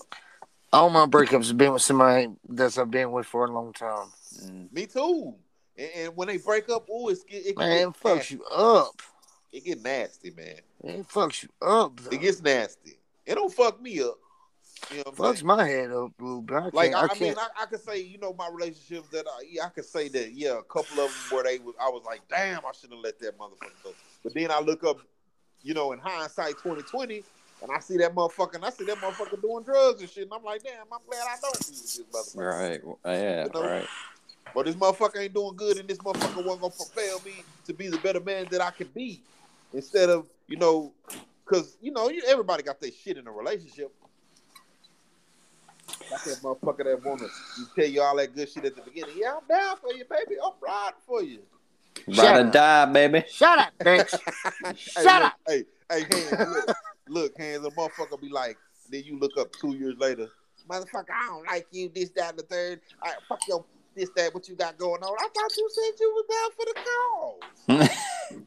All my breakups have been with somebody that's I've been with for a long time. Mm. Me too. And, and when they break up, ooh, it's get, it, Man, get fucks nasty. you up. It get nasty, man. It fucks you up. Though. It gets nasty. It don't fuck me up. You know what I'm saying? fucks my head up, blue. But I can't. Like I, I, I can't. mean, I, I could say you know my relationships that I, yeah, I could say that yeah, a couple of them where they was, I was like, damn, I shouldn't have let that motherfucker go. But then I look up, you know, in hindsight, twenty twenty, and I see that motherfucker, and I see that motherfucker doing drugs and shit, and I'm like, damn, I'm glad I don't do this motherfucker. Right. Yeah. You know? Right. But this motherfucker ain't doing good, and this motherfucker wasn't gonna propel me to be the better man that I could be. Instead of you know, because you know, you, everybody got their shit in a relationship. That's that motherfucker, that woman. You tell you all that good shit at the beginning. Yeah, I'm down for you, baby. I'm riding for you. Ride or up. die, baby. Shut up, bitch. Hey, Shut look, up. Hey, hey, hands, look, look, hands. A motherfucker be like. Then you look up two years later. motherfucker, I don't like you, this, that, and the third. I fuck your this, that, what you got going on. I thought you said you was down for the cause.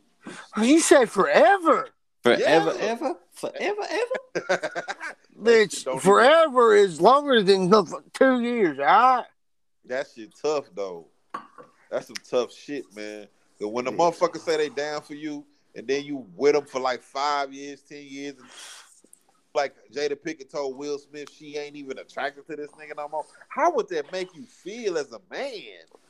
You said forever. Forever, Yeah. ever, forever, ever. Bitch, Bitch, forever is longer than the f- two years, all right? That shit tough though. That's some tough shit, man. But when the motherfuckers say they down for you, and then you with them for like five years, ten years, and like Jada Pickett told Will Smith she ain't even attracted to this nigga no more. How would that make you feel as a man?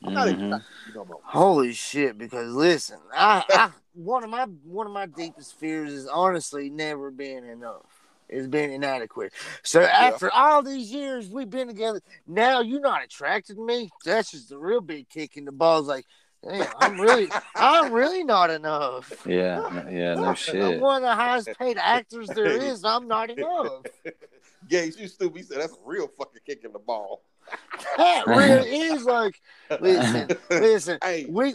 I'm not Mm-hmm. Mhm. attracted to you no more. Holy shit! Because listen, I, I one of my one of my deepest fears is honestly never being enough. It's been inadequate. So after all these years we've been together, now you're not attracted to me. That's just the real big kick in the balls. Like, damn, I'm really, I'm really not enough. Yeah, yeah, no I'm shit. one of the highest paid actors there is. and I'm not enough. Gates, you stupid. He said that's a real fucking kick in the ball. That really is like, listen, listen. Hey, We,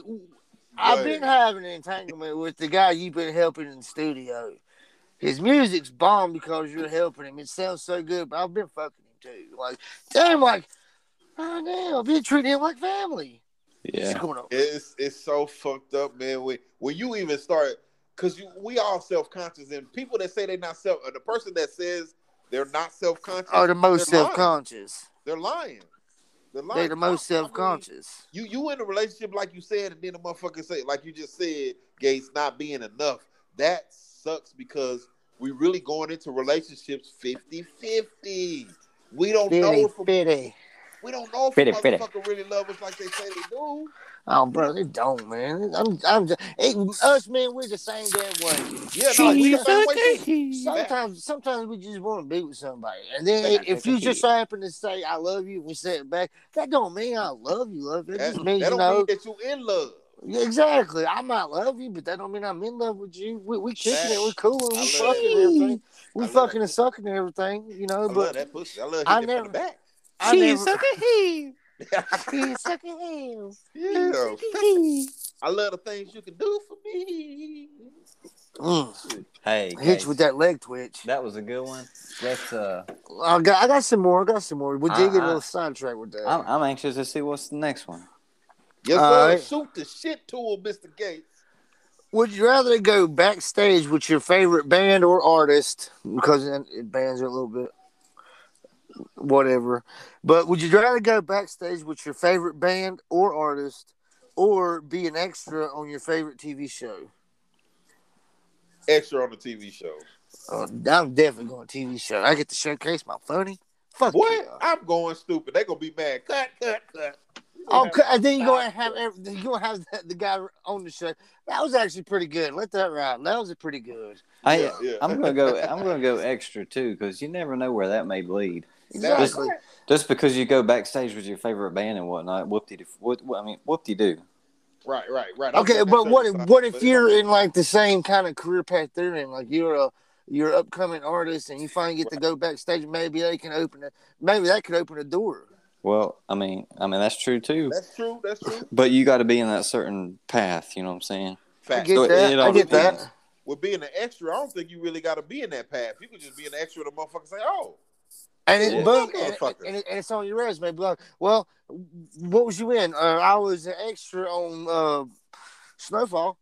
I've been having an entanglement with the guy you've been helping in the studio. His music's bomb because you're helping him. It sounds so good, but I've been fucking him too. Like, damn, like, oh no, I've been treating him like family. What's Yeah, going on? It's it's so fucked up, man. When when you even start, cause you, we all self conscious, and people that say they're not self, or the person that says they're not self conscious, Are Oh, the most They're lying. self conscious. they're lying. They're lying. They're the most I- I mean, self conscious. You you in a relationship like you said, and then the motherfucker say like you just said, Gates not being enough. That sucks because we really going into relationships 50-50. We don't know Bitty, if a- bitty. we don't know if a Fitty, fitty. motherfucker really love us like they say they do. Oh, bro, they don't, man. I'm, I'm just, it, us, man, we're the same damn way. Yeah, no, we the same way too. Sometimes, sometimes we just want to be with somebody, and then Yeah, if that's a you just kid. happen to say "I love you," we say it back. That don't mean I love you, love. It That, just means that you don't know mean that you in love. Yeah, exactly. I might love you, but that don't mean I'm in love with you. We we kicking it, That- we cool, I we love fucking and that. everything, I we love that. fucking and sucking and everything, you I know. love But that pussy. I love I hitting it never- from the back. I never, yeah. I love the things you can do for me. Mm, Hey, hit you with Case, that leg twitch. that was a good one. Let's. Uh, I got, I got some more. I got some more. We did get a Uh-uh. little sidetracked with that. I'm, I'm anxious to see what's the next one. Yes, All sir. right. Shoot the shit to him, Mr. Gates. Would you rather go backstage with your favorite band or artist? Because then it bands are a little bit whatever. But would you rather go backstage with your favorite band or artist or be an extra on your favorite TV show? Extra on the TV show. Uh, I'm definitely going TV show. I get to showcase my funny. Fuck What? yeah. I'm going stupid. They gonna be mad. Cut, cut, cut. Oh, c- and then you're gonna have every- you're gonna have the, the guy on the show. That was actually pretty good. Let that ride. That was pretty good. I, Yeah, yeah. I'm gonna go. I'm gonna go extra too, because you never know where that may lead. That- Exactly. Just because you go backstage with your favorite band and whatnot, whoop de what, what I mean, whoop de do. Right, right, right. I'm Okay, on that but what same if side, what if but it don't you're matter. in like the same kind of career path they're in? Like you're a you're an upcoming artist, and you finally get to go backstage. Maybe they can open it. Maybe that could open a door. Well, I mean, I mean that's true too. That's true. That's true. But you got to be in that certain path. You know what I'm saying? I Fact. get So it- that. it I all get that. depends. With being an extra, I don't think you really gotta be in that path. You can just be an extra. The motherfucker say, "Oh, And it, Yeah. but Yeah, and, it- motherfucker. and, it- and it's on your resume. Be like, well, what was you in? Uh, I was an extra on uh, Snowfall.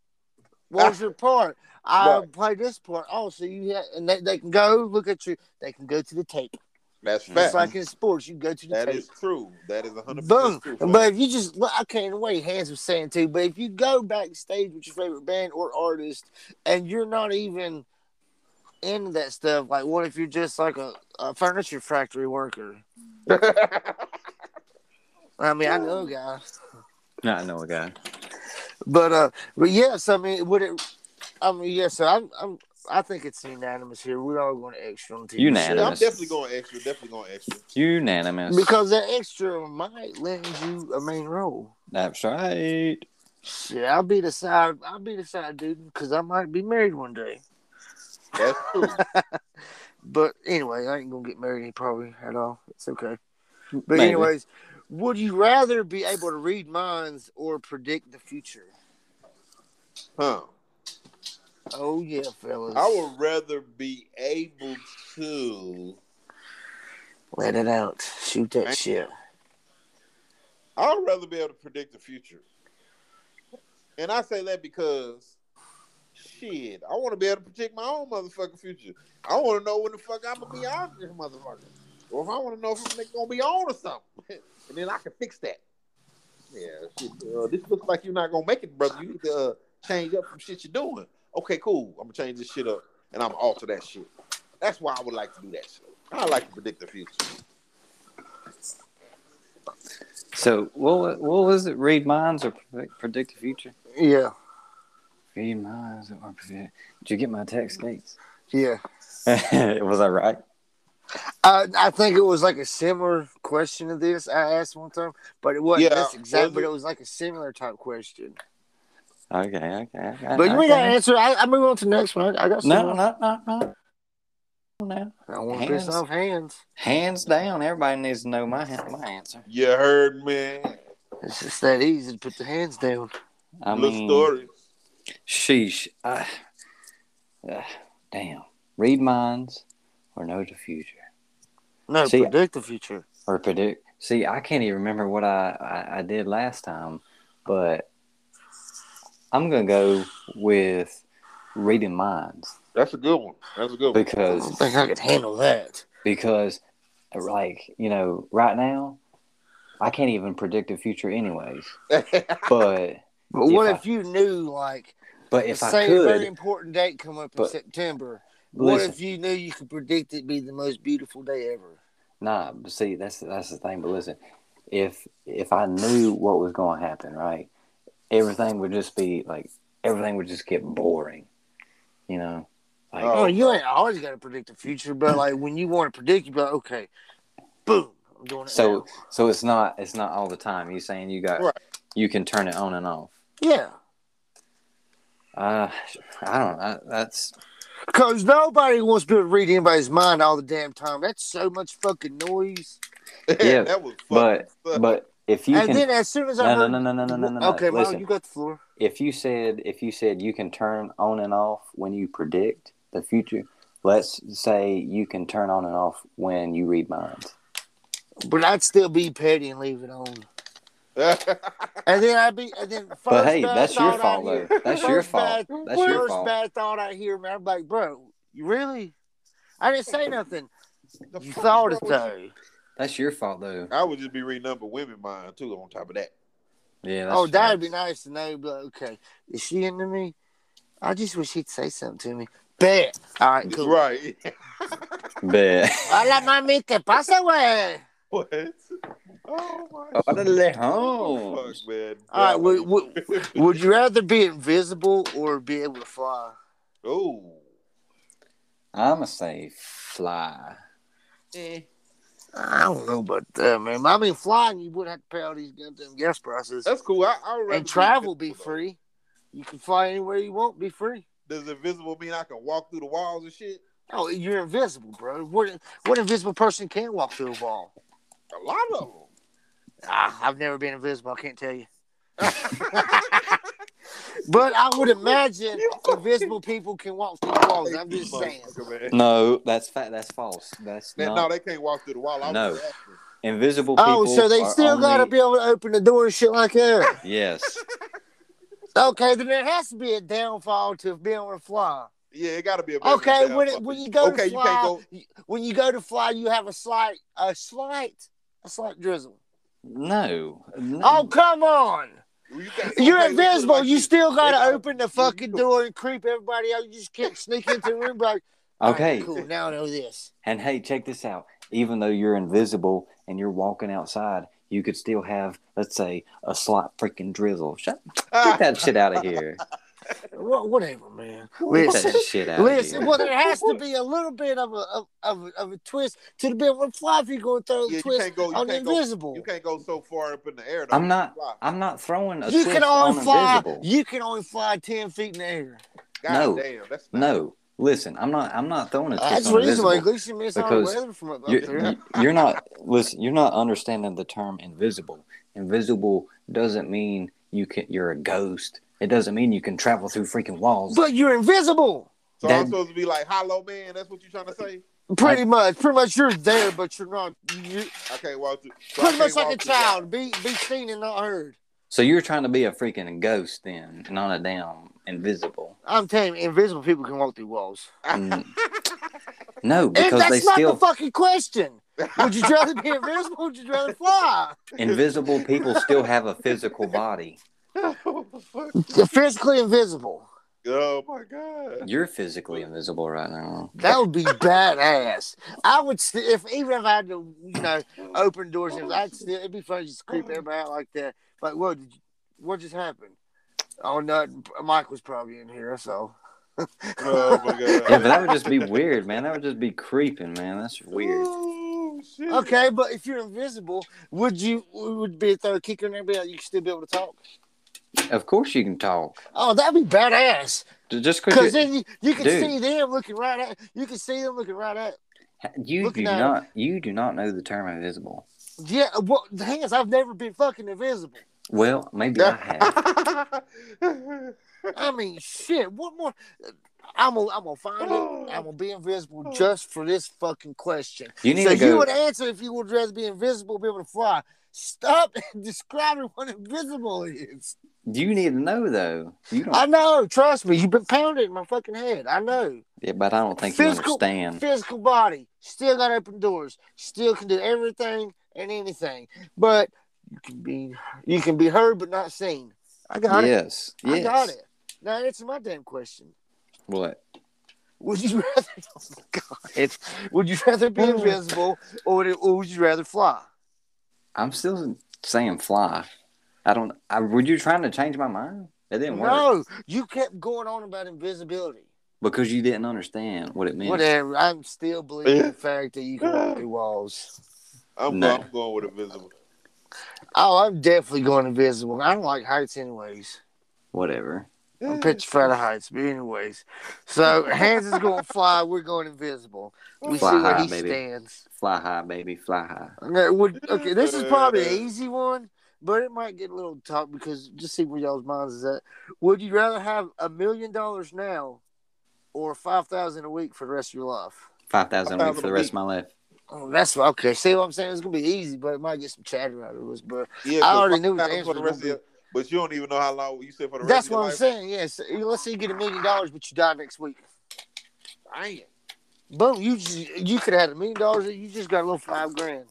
What was your part? I Ah. Right. played this part. Oh, so you ha- and they, they can go look at you. They can go to the tape. that's It's fact. like in sports, you go to the That tape. is true. That is 100% Boom. true. fact. But if you just, well, I can't wait. Hans was saying too, but if you go backstage with your favorite band or artist and you're not even into that stuff, like what if you're just like a, a furniture factory worker? I mean, I know guys, No, I know a guy. but uh, but yes, I mean, would it? I mean, yes, so I'm, I'm, I think it's unanimous here. We're all going to extra on TV. show. Yeah, I'm Unanimous. definitely going extra. Definitely going extra. Unanimous. because that extra might land you a main role. that's right. Shit, I'll be the side, I'll be the side dude because I might be married one day. That's true. But anyway, I ain't gonna get married probably at all. It's okay. But Maybe. anyways, would you rather be able to read minds or predict the future? huh. Oh yeah, fellas. I would rather be able to. Let Let it out. Shoot that Thank shit. I'd rather be able to predict the future. And I say that because shit, I want to be able to predict my own motherfucking future. I want to know when the fuck I'm gonna be out of this motherfucker, or if I want to know if I'm gonna be on or something, and then I can fix that. Yeah, shit, uh, this looks like you're not gonna make it, brother. You need to uh, change up some shit you're doing. Okay, cool. I'm gonna change this shit up, and I'm gonna alter that shit. That's why I would like to do that shit. I like to predict the future. So what wa- what was it? Read minds or pre- predict the future? Yeah, Read minds or predict. Did you get my text, Gates? yeah. was I right? I, I think it was like a similar question to this I asked one time, but it wasn't Yeah, this exact. was But it? it was like a similar type question. Okay, okay. okay But you okay. ain't got to answer. I, I move on to the next one. I, I got No, some. no, no, no, no. I want to piss Hands. off hands. Hands down, everybody needs to know my my answer. You heard me. It's just that easy to put the hands down. I Little mean, story. sheesh. I, uh, damn. Read minds or know the future No, See, predict the future. or predict. See, I can't even remember what I, I, I did last time, but I'm gonna go with reading minds That's a good one. That's a good one. I because don't think I could handle that. because like you know right now I can't even predict the future anyways. But But what If if you knew, like, but if I say a very could, important date come up in But- September? What listen, if you knew you could predict it be the most beautiful day ever? Nah, but see, that's that's the thing. But listen, if if I knew what was going to happen, right, everything would just be like everything would just get boring, you know. Like, Oh. Oh, you ain't always got to predict the future, but like when you want to predict, you be like, okay, boom, I'm doing it. so now. so it's not it's not all the time. You saying you got Right. you can turn it on and off. yeah, Uh, I don't. I, that's because nobody wants to be able to read anybody's mind all the damn time. That's so much fucking noise. Yeah, that was fucking but suck. but if you and can then as soon as I no, no heard, no no no no no no. okay, Mom, listen, you got the floor. if you said if you said you can turn on and off when you predict the future, let's say you can turn on and off when you read minds. But I'd still be petty and leave it on. And then I'd be, and then first But hey, bad that's your thought I fault hear- though. That's your First fault. bad- That's your first fault. bad thought I hear, man. I'm like, bro, you really? I didn't say nothing. The You fuck thought is it wrong with though. That's your fault though. you? I would just be reading number women mind too. On top of that, Yeah. That's Oh, that'd be nice to know. But okay, is she into me? I just wish he'd say something to me. Bet. All right, cool. right? bad. Hola, mami, ¿qué pasa, güey? what? Oh my! Órale, Oh, Holmes. fuck, man. All right, we- we- Would you rather be invisible or be able to fly? oh, I'ma say fly. I don't know about that, man. I mean, flying, you would have to pay all these goddamn gas prices. that's cool. I, I would rather and travel be invisible, free. You can fly anywhere you want, be free. though. Does invisible mean I can walk through the walls and shit? Oh, you're invisible, bro. What what invisible person can walk through a wall? A lot of Ah, I've never been invisible. I can't tell you. them. But I would imagine invisible people can walk through walls. I'm just saying. Man. No, that's fa- that's false. That's No, not they can't walk through the wall. I was No. just invisible people. Oh, so they are still gotta only- be able to open the door and shit like that. Yes. Okay, then there has to be a downfall to being able to fly. Yeah, it got to be a Okay, better when it, example. when you go okay, to you can't fly, go. you when you go to fly, you have a slight, a slight, a slight drizzle. No. no. Oh, come on! You can't, You're okay, let's put it invisible. like you this. still gotta gotta- open the fucking door and creep everybody out. You just can't sneak into the room. Like, all right, Okay. cool. Now I know this. And hey, check this out. Even though you're invisible and you're walking outside, you could still have, let's say, a slight freaking drizzle. Shut Ah, get that shit out of here. Wha- Whatever, man. Get Listen, that shit out listen. of here. Well, there has to be a little bit of a of, of, of a twist to the bit where fly if you're going to throw Yeah, a you twist can't go. You on can't go. invisible. You can't go so far up in the air. Though. I'm not. Fly. I'm not throwing a You twist can only on fly. invisible. You can only fly ten feet in the air. God no. damn, that's not- No, listen. I'm not. I'm not throwing a twist That's on the reason why invisible. Gleason missed all the Because weather from up up there. You're, you're not. Listen. You're not understanding the term invisible. Invisible doesn't mean you can. You're a ghost. It doesn't mean you can travel through freaking walls. But you're invisible. So That- I'm supposed to be like, "Hello, man." That's what you're trying to say. Pretty much, pretty much, you're there, but you're not. you I can't walk through. so I pretty much like can't walk a through child. Be be seen and not heard. So you're trying to be a freaking ghost then, not a damn invisible. I'm telling you, invisible people can walk through walls. Mm. no, and because that's they not still the fucking question. Would you rather be invisible? or Would you rather fly? invisible people still have a physical body. that. You're physically invisible. oh my god. You're physically invisible right now. That would be badass. I would st- if even if I had to, you know, open doors, and I'd still it'd be fun to just creep everybody out like that. Like, what? Did you, what just happened? Oh no, Mike was probably in here. So Oh my god. Yeah, but that would just be weird, man. That would just be creeping, man. That's weird. Oh, shit. okay, but if you're invisible, would you would be a third kicker and everybody? You still be able to talk. Of course you can talk. Oh, that'd be badass. J- Just Because because then you, you can Dude. see them looking right at you can see them looking right at. you do looking at not you do not know the term invisible. Yeah, well, the thing is, I've never been fucking invisible. Well, maybe I have. I mean, shit. What more? I'm gonna I'm gonna find it. I'm gonna be invisible just for this fucking question. You need so to go. you would answer if you would rather be invisible, or be able to fly. Stop describing what invisible is. You need to know though. You don't. I know. Trust me, you've been pounding in my fucking head. I know. yeah, but I don't think Physical- you understand. physical body still got open doors still can do everything and anything but you can be you can be heard but not seen i got it Yes. i Yes. got it now answer my damn question What? would you rather oh my God. It's. would you rather be invisible or would, it, or would you rather fly I'm still saying fly. I don't. I, were you trying to change my mind? It didn't work no you kept going on about invisibility because you didn't understand what it meant. whatever i'm still believing the fact that you can walk through walls I'm, No. I'm going with invisible. oh i'm definitely going invisible i don't like heights anyways Whatever. I'm petrified of heights, but anyways. So Hans is going to fly. We're going invisible. We Fly see where high, he baby. stands. Fly high, baby. Fly high. Okay, would- okay, this is probably an easy one, but it might get a little tough because just see where y'all's minds is at. Would you rather have a million dollars now or five thousand a week for the rest of your life? Five thousand a week for 5,000 the a rest week. of my life. Oh, that's what- okay. See what I'm saying? It's gonna be easy, but it might get some chatter out of us. But Yeah, I so already knew five the thousand for the answer was rest of gonna your, But you don't even know how long you said for the rest. that's of your what I'm life. saying. Yes. Let's say you get a million dollars, but you die next week. Dang. Boom! You just, you could have had a million dollars. You just got a little five grand.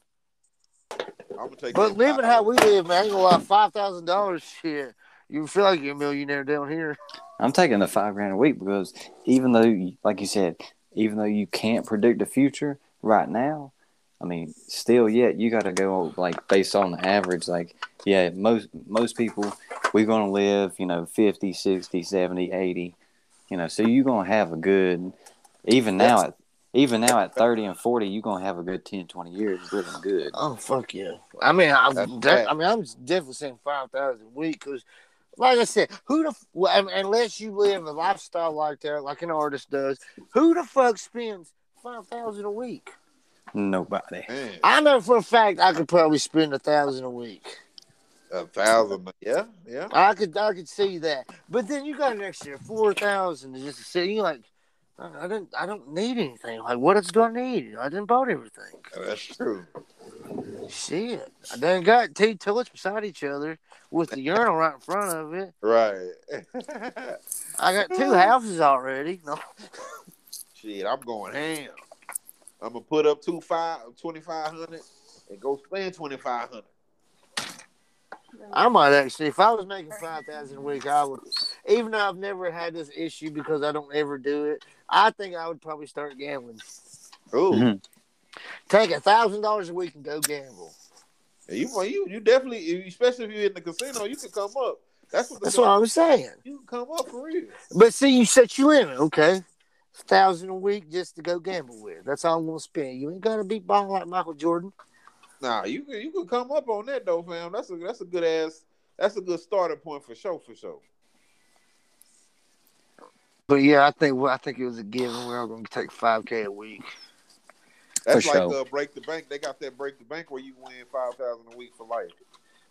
I'm gonna take. But that living five. how we live, man, ain't gonna lie, five thousand dollars, shit, you feel like you're a millionaire down here. I'm taking the five grand a week because even though, you- like you said, even though you can't predict the future right now, I mean, still yet you got to go like based on the average. Like, yeah, most most people we're gonna live, you know, 50, 60, 70, 80, you know, so you're gonna have a good even now at even now at 30 and 40, you're gonna have a good 10, 20 years living good. Oh fuck yeah! I mean, I, That's that, fact. I mean, I'm definitely saying five thousand a week because, like I said, who the f- well, I mean, unless you live a lifestyle like that, like an artist does, who the fuck spends five thousand a week? Nobody. Man, I know for a fact I could probably spend a thousand a week. a thousand. Yeah, yeah. I could I could see that. But then you got an extra four thousand to just sit. You like, I I didn't I don't need anything. Like what else do I need? I didn't bought everything. That's true. Shit, I done got two toilets beside each other with the urinal right in front of it. Right. I got two houses already. No, Shit, I'm going. ham. damn. I'm gonna put up two five, twenty five hundred, and go spend twenty five hundred. I might actually, if I was making five thousand a week, I would. Even though I've never had this issue because I don't ever do it, I think I would probably start gambling. Ooh, Mhm. Mm-hmm. Take a thousand dollars a week and go gamble. you, well, you, you definitely, especially if you're in the casino, you can come up. That's what. The That's what I'm saying. You can come up for real. But see, you set your limit, okay? Thousand a week just to go gamble with. That's all I'm gonna spend. You ain't gotta be balling like Michael Jordan. Nah, you can you can come up on that though, fam. That's a that's a good ass. That's a good starting point for sure, for sure. But yeah, I think well, I think it was a given. We're all gonna take five k a week. That's For like sure. uh, break the bank. They got that break the bank where you win five thousand a week for life.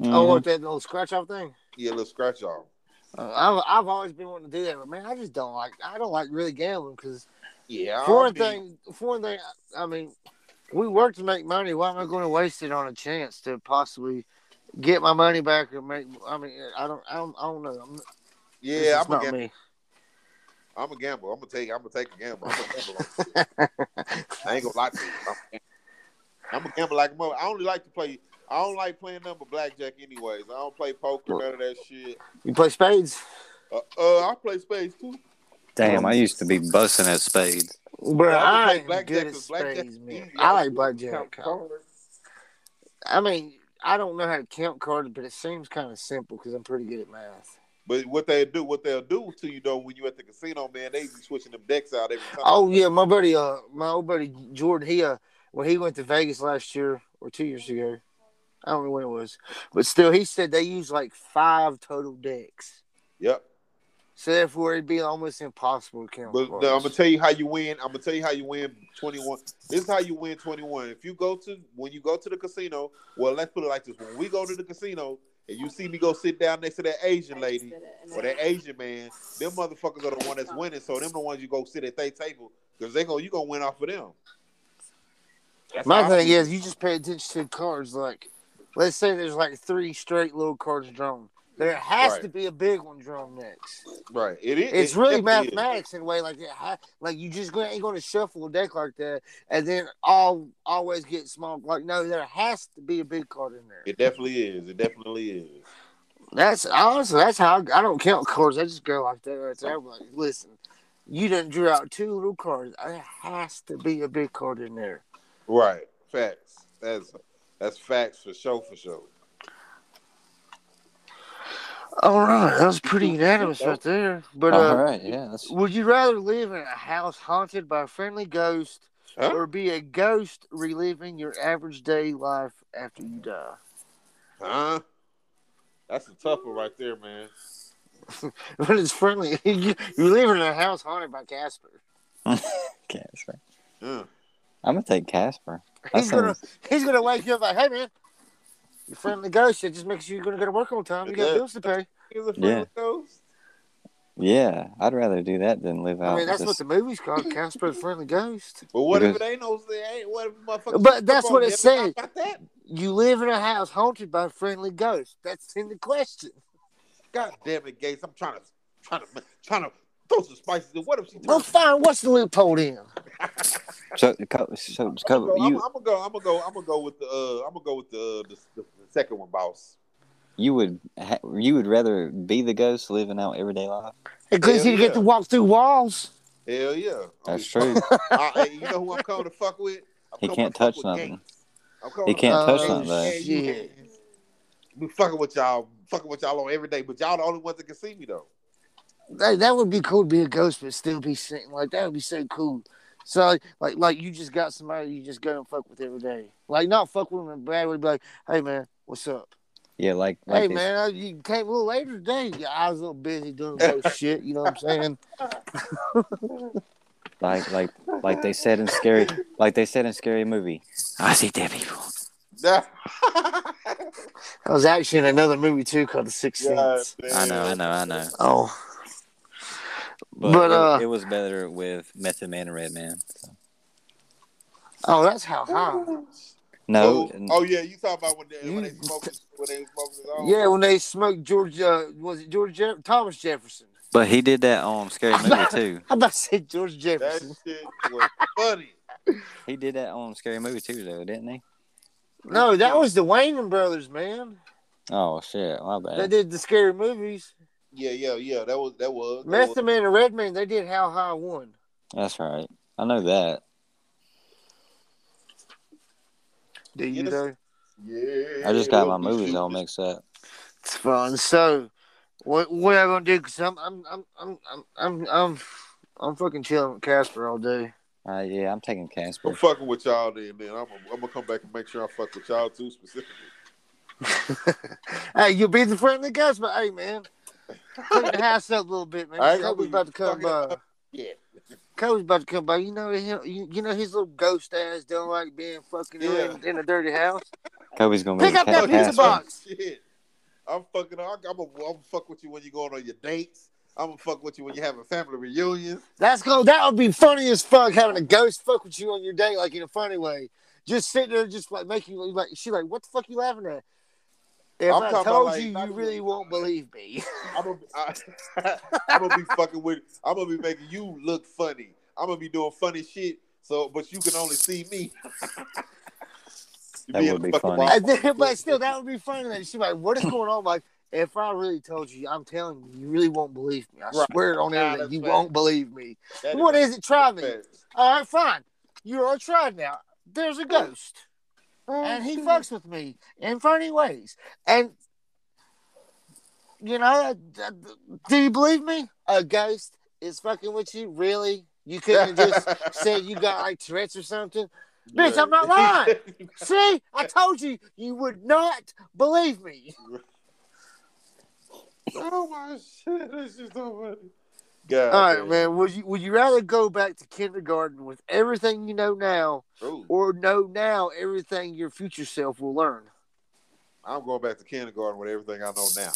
Mm-hmm. Oh, what that Oh, little scratch off thing? Yeah, a little scratch off. Uh, I've I've always been wanting to do that, but man, I just don't like I don't like really gambling because Yeah. I for one mean, thing, for one thing, I mean, we work to make money. Why am I going to waste it on a chance to possibly get my money back or make? I mean, I don't I don't, I don't know. I'm, this Yeah, is I'm a, not gam- me. I'm a gamble. I'm gonna take. I'm gonna take a gamble. I'm a gamble. on this. I ain't gonna lie to you. I'm a gamble. I'm a gamble like a mother. I only like to play. I don't like playing nothing but blackjack, anyways. I don't play poker, none of that shit. You play spades, Uh, uh I play spades too. Damn, I used to be busting at spades. bro. I don't I, play ain't blackjack good at 'cause blackjack's spades, man. easy. I like don't blackjack. count cards. I mean, I don't know how to count cards, but it seems kind of simple because I'm pretty good at math. But what they do, what they'll do to you though, when you at the casino, man, they be switching them decks out every time. Oh yeah, my buddy, uh, my old buddy Jordan, he uh, when he went to Vegas last year or two years ago, I don't know when it was, but still, he said they use like five total decks, Yep. so therefore it'd be almost impossible to count. But uh, cards. I'm gonna tell you how you win. I'm gonna tell you how you win 21. This is how you win 21. If you go to when you go to the casino, well, let's put it like this: when we go to the casino and you see me go sit down next to that Asian lady or that Asian man, them motherfuckers are the one that's winning. So them the ones you go sit at their table because they go you gonna win off of them. That's my how I thing feel. is, you just pay attention to cards. Like, let's say there's like three straight little cards drawn. There has Right. to be a big one drawn next. right. It is. It's it really definitely is. mathematics in a way, like that. How- Like you just gonna, ain't going to shuffle a deck like that, and then all always get small. Like no, there has to be a big card in there. It definitely is. It definitely is. That's honestly that's how I, I don't count cards. I just go like that right there. I'm like, listen, you done drew out two little cards. There has to be a big card in there. Right. Facts. That's that's facts for sure. For sure. All right, that was pretty unanimous right there. But uh, All right, yeah. That's, would you rather live in a house haunted by a friendly ghost? Huh? Or be a ghost reliving your average day life after you die. Huh? That's a tough one right there, man. But it's friendly. you, you live in a house haunted by Casper. Casper. Yeah. I'm gonna take Casper. That He's gonna sounds, he's gonna wake you up like, hey man, your friendly ghost. It just makes you gonna go to work on time. You got bills to pay. He's Yeah. a friendly ghost. yeah, I'd rather do that than live out. I mean, that's this- what the movie's called, Casper the Friendly Ghost. But what if it Because- ain't no say ain't what if motherfuckers But that's Come on, what it said. Devin, I got that? You live in a house haunted by a friendly ghost. That's in the question. God damn it, Gates. I'm trying to trying to trying to throw some spices in. What if she Well, fine. What's the loophole then? so, co- so, I'm, co- gonna go, you I'm, gonna go. I'm gonna go. I'm gonna go with the. Uh, I'm gonna go with the, uh, the, the, the second one, boss. you would ha- you would rather be the ghost living out everyday life. At least Hell you get to yeah. walk through walls. Hell yeah. I That's Oh, mean, true. I, I- you know who I'm coming to fuck with? I'm He coming can't to fuck touch with nothing. Gates. I'm coming He to can't fuck touch with nothing, though. Gates. Yeah, you Uh, Shit. can't. We fucking with y'all, fucking with y'all on every day, but y'all the only ones that can see me though. That, that would be cool to be a ghost, but still be sitting like that would be so cool. So like, like like you just got somebody you just go and fuck with every day. Like not fuck with them in a bad way, be like, hey man, what's up? Yeah, like like hey this- man, I, you came a little later today. Yeah, I was a little busy doing ghost shit. You know what I'm saying? like like like they said in scary like they said in scary movie. I see dead people. I was actually in another movie too called The Sixth God Sense. I know, damn. I know, I know. Oh, But, But, it- uh, it, was better with Method Man and Red Man. so. oh, that's how high. No, Oh, oh, yeah, you talking about when they, when they You- smoking when they smoking it all? Yeah, when they smoked George, uh, was it George Jeff- Thomas Jefferson? but he did that on Scary Movie too. I about to say George that Jefferson. shit was funny. He did that on Scary Movie too, though, didn't he? No, that was the Wayman brothers, man. Oh shit, my They bad. did the scary movies. Yeah, yeah, yeah. That was that was. That was. Method Man and Redman, they did How High One. That's right. I know that. Do you Yes. know? Yeah. I just got my we'll be movies all shooting. mixed up. It's fun. So, what what I'm gonna do? Cause I'm I'm I'm I'm I'm I'm I'm, I'm fucking chilling with Casper all day. Uh, yeah, I'm taking Casper. I'm fucking with y'all then, man. I'm, I'm gonna come back and make sure I fuck with y'all too specifically. hey, you'll be the friendly ghost, but hey, man, clean the house up a little bit, man. I ain't Kobe's gonna about be to come fucking by. Yeah. Kobe's about to come by. You know him. You, you know his little ghost ass don't like being fucking Yeah. in, in a dirty house. Kobe's gonna be Pick the up ca- that pizza Casper. box. Shit. I'm fucking. I'm gonna I'm fuck with you when you're going on your dates. I'm gonna fuck with you when you're having family reunions. That's go. That would be funny as fuck having a ghost fuck with you on your date, like in a funny way. Just sitting there, just like making you like. She like, what the fuck you laughing at? If I'm i talking about, told like, you, not you even- really won't believe me. I'm gonna, I, I'm gonna be fucking with. I'm gonna be making you look funny. I'm gonna be doing funny shit. So, but you can only see me. You That being would a be fucking funny. wild And then, fuck. but still, that would be funny. Then she's like, "What is going on?" Like, if I really told you, I'm telling you, you really won't believe me. I Right. swear on Nah, everything, that's you fair. won't believe me. That What is it? Try me. fair. All right, fine. You are tried now. There's a ghost, and he fucks with me in funny ways. And you know, th- th- do you believe me? A ghost is fucking with you, really? You couldn't have just said you got like Tourette's or something. Bitch, I'm not lying. See, I told you, you would not believe me. oh my shit! This is so funny. God, All right, man. Would you would you rather go back to kindergarten with everything you know now, Ooh, or know now everything your future self will learn? I'm going back to kindergarten with everything I know now.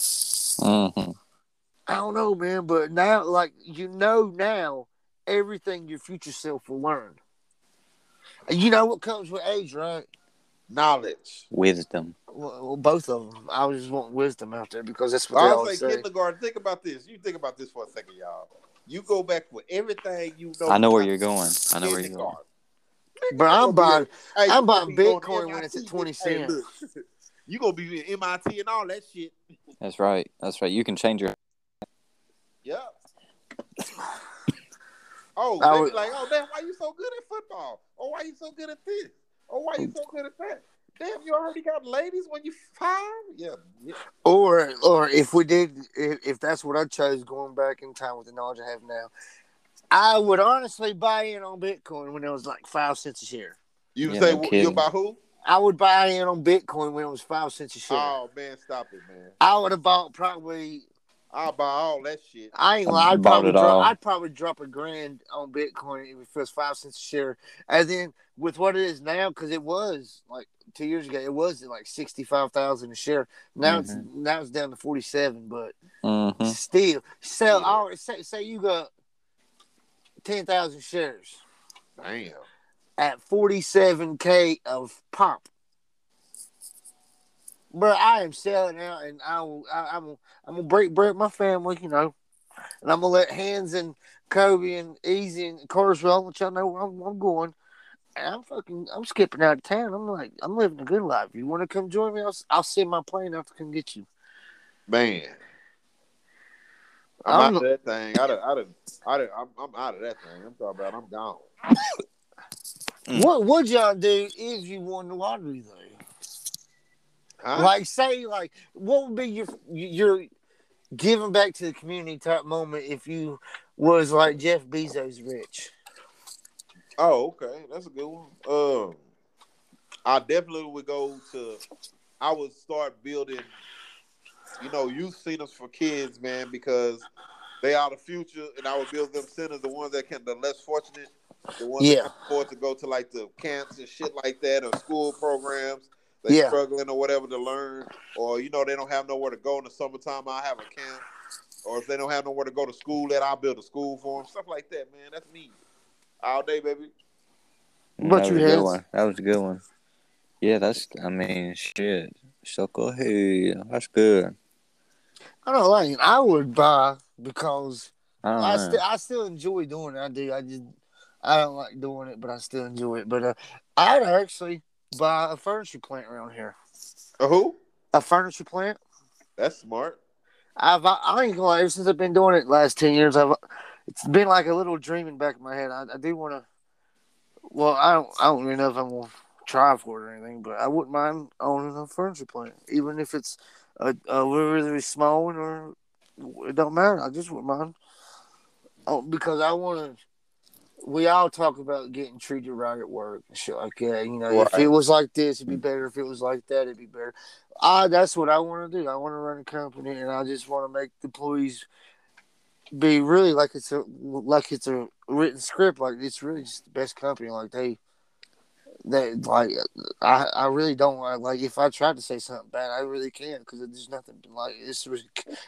Mm-hmm. I don't know, man. But now, like you know now, everything your future self will learn. And you know what comes with age, right? Knowledge. Wisdom. Well, well, both of them. I was just wanting wisdom out there because that's what I they was like always say. kindergarten. Think about this. You think about this for a second, y'all. You go back with everything you know. I know where now. you're going. I know where you're going. Kindergarten. But I'm buying. Hey, I'm you buying gonna be Bitcoin going when it's at MIT. 20 Hey, look, you gonna be in MIT and all that shit. That's right. That's right. You can change your. Yep. Oh, I they would- be like, oh, damn, why you so good at football? Oh, why you so good at this? Oh, why you so good at that? Damn, you already got ladies when you five? Yeah. yeah. Or, or if we did, if, if that's what I chose, going back in time with the knowledge I have now, I would honestly buy in on Bitcoin when it was like five cents a share. You Yeah, say no wh- you kidding. about who? I would buy in on Bitcoin when it was five cents a share. Oh man, stop it, man. I would have bought probably. I'll buy all that shit. I ain't. I lie, I'd bought probably. it Drop, all. I'd probably drop a grand on Bitcoin if it was five cents a share, and then with what it is now, because it was like two years ago, it was at like sixty five thousand a share. Now it's now it's down to forty seven, but. Mm-hmm. Still, sell. Yeah. I always say, say you got ten thousand shares Damn. at forty-seven k of pop. Bro, I am selling out, and I will. I, I'm. I'm gonna break bread with my family, you know, and I'm gonna let Hands and Kobe and Easy and Carswell let y'all know where I'm, I'm going. And I'm fucking. I'm skipping out of town. I'm like, I'm living a good life. You want to come join me? I'll, s- I'll send my plane out to come get you. Man. I'm, I'm- out of that thing. I done, I done, I done, I'm, I'm out of that thing. I'm talking about I'm gone. Mm. What would y'all do if you won the lottery though? Huh? Like, say, like, what would be your your giving back to the community type moment if you was like Jeff Bezos rich? Oh, okay, that's a good one. Um, I definitely would go to. I would start building, you know, youth centers for kids, man, because they are the future, and I would build them centers, the ones that can, the less fortunate, the ones Yeah. that can afford to go to like the camps and shit like that, or school programs. They Yeah. struggling or whatever to learn, or you know they don't have nowhere to go in the summertime. I have a camp, or if they don't have nowhere to go to school, at I'll build a school for them, stuff like that, man. That's me, all day, baby. What about that you, was a good Hans? one. That was a good one. Yeah, that's. I mean, shit. So go ahead. That's good. I don't know, like, I would buy because I don't I know. still I still enjoy doing it. I do. I just I don't like doing it, but I still enjoy it. But uh, I'd actually buy a furniture plant around here. Uh, who? A furniture plant. That's smart. I've I, I ain't gonna lie, ever since I've been doing it the last ten years, I've it's been like a little dream in the back of my head. I, I do want to. Well, I don't I don't really know if I'm gonna try for it or anything, but I wouldn't mind owning a furniture plant, even if it's a, a really really small one or it don't matter. I just wouldn't mind. Oh, because I want to. We all talk about getting treated right at work and shit like that. You know, if Right. it was like this, it'd be better. If it was like that, it'd be better. I that's what I want to do. I want to run a company, and I just want to make the employees be really like it's a like it's a written script. Like it's really just the best company. Like they that like I, I really don't like, like if I try to say something bad, I really can't because there's nothing like it's re-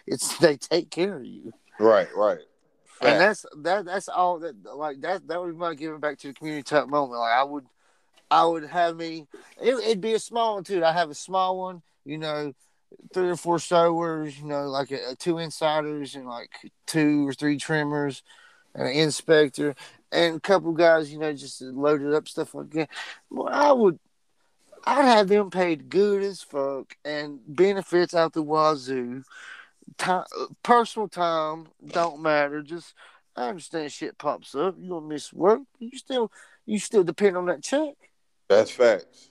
it's they take care of you, Right, right. and that's that that's all that like that that was my giving back to the community type moment. Like I would, I would have me it, it'd be a small one too. I have a small one, you know, three or four sewers, you know, like a, two insiders and like two or three trimmers, and an inspector. And a couple guys, you know, just loaded up stuff like that. Well, I would I'd have them paid good as fuck and benefits out the wazoo. Time, personal time don't matter. Just I understand shit pops up. You gonna miss work. You still you still depend on that check. that's facts.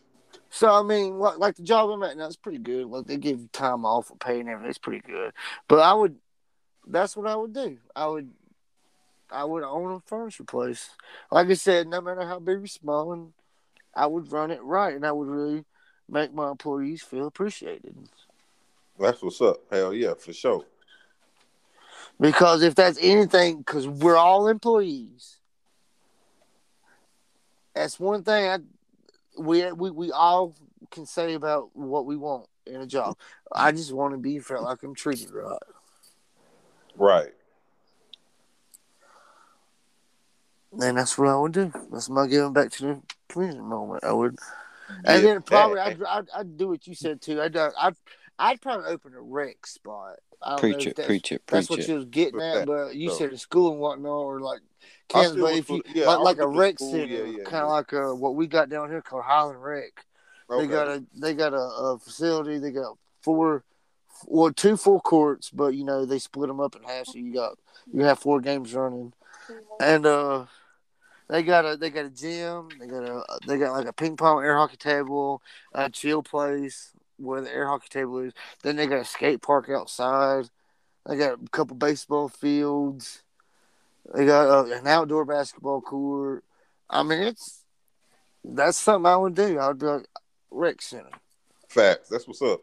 So I mean, like, like the job I'm at now, it's pretty good. Like they give you time off for pay and everything. It's pretty good. But I would, that's what I would do. I would, I would own a furniture place. Like I said, no matter how big or small, and I would run it right, and I would really make my employees feel appreciated. That's what's up. Hell yeah, for sure. Because if that's anything, because we're all employees. That's one thing I, we, we we all can say about what we want in a job. I just want to be felt like I'm treated right. Right. And that's what I would do. That's my giving back to the community moment. I would, and Yeah. then probably I'd, I'd, I'd do what you said too. I'd I'd, I'd probably open a rec spot. I don't know if Preach it, that's- preach it, That's what preach it. you was getting With at, that, but you so. said in school and whatnot, or like I Kansas, still but went if you, to- yeah, I like, like went a to rec school, center, yeah, yeah, kind yeah. of like uh what we got down here called Highland Rec. Okay. They got a they got a, a facility. They got four, well, two full courts, but you know they split them up in half, so you got you have four games running, and uh, they got a they got a gym. They got a they got like a ping pong air hockey table, a chill place where the air hockey table is. Then they got a skate park outside. They got a couple baseball fields. They got uh, an outdoor basketball court. I mean, it's that's something I would do. I would be like rec center. Facts. That's what's up.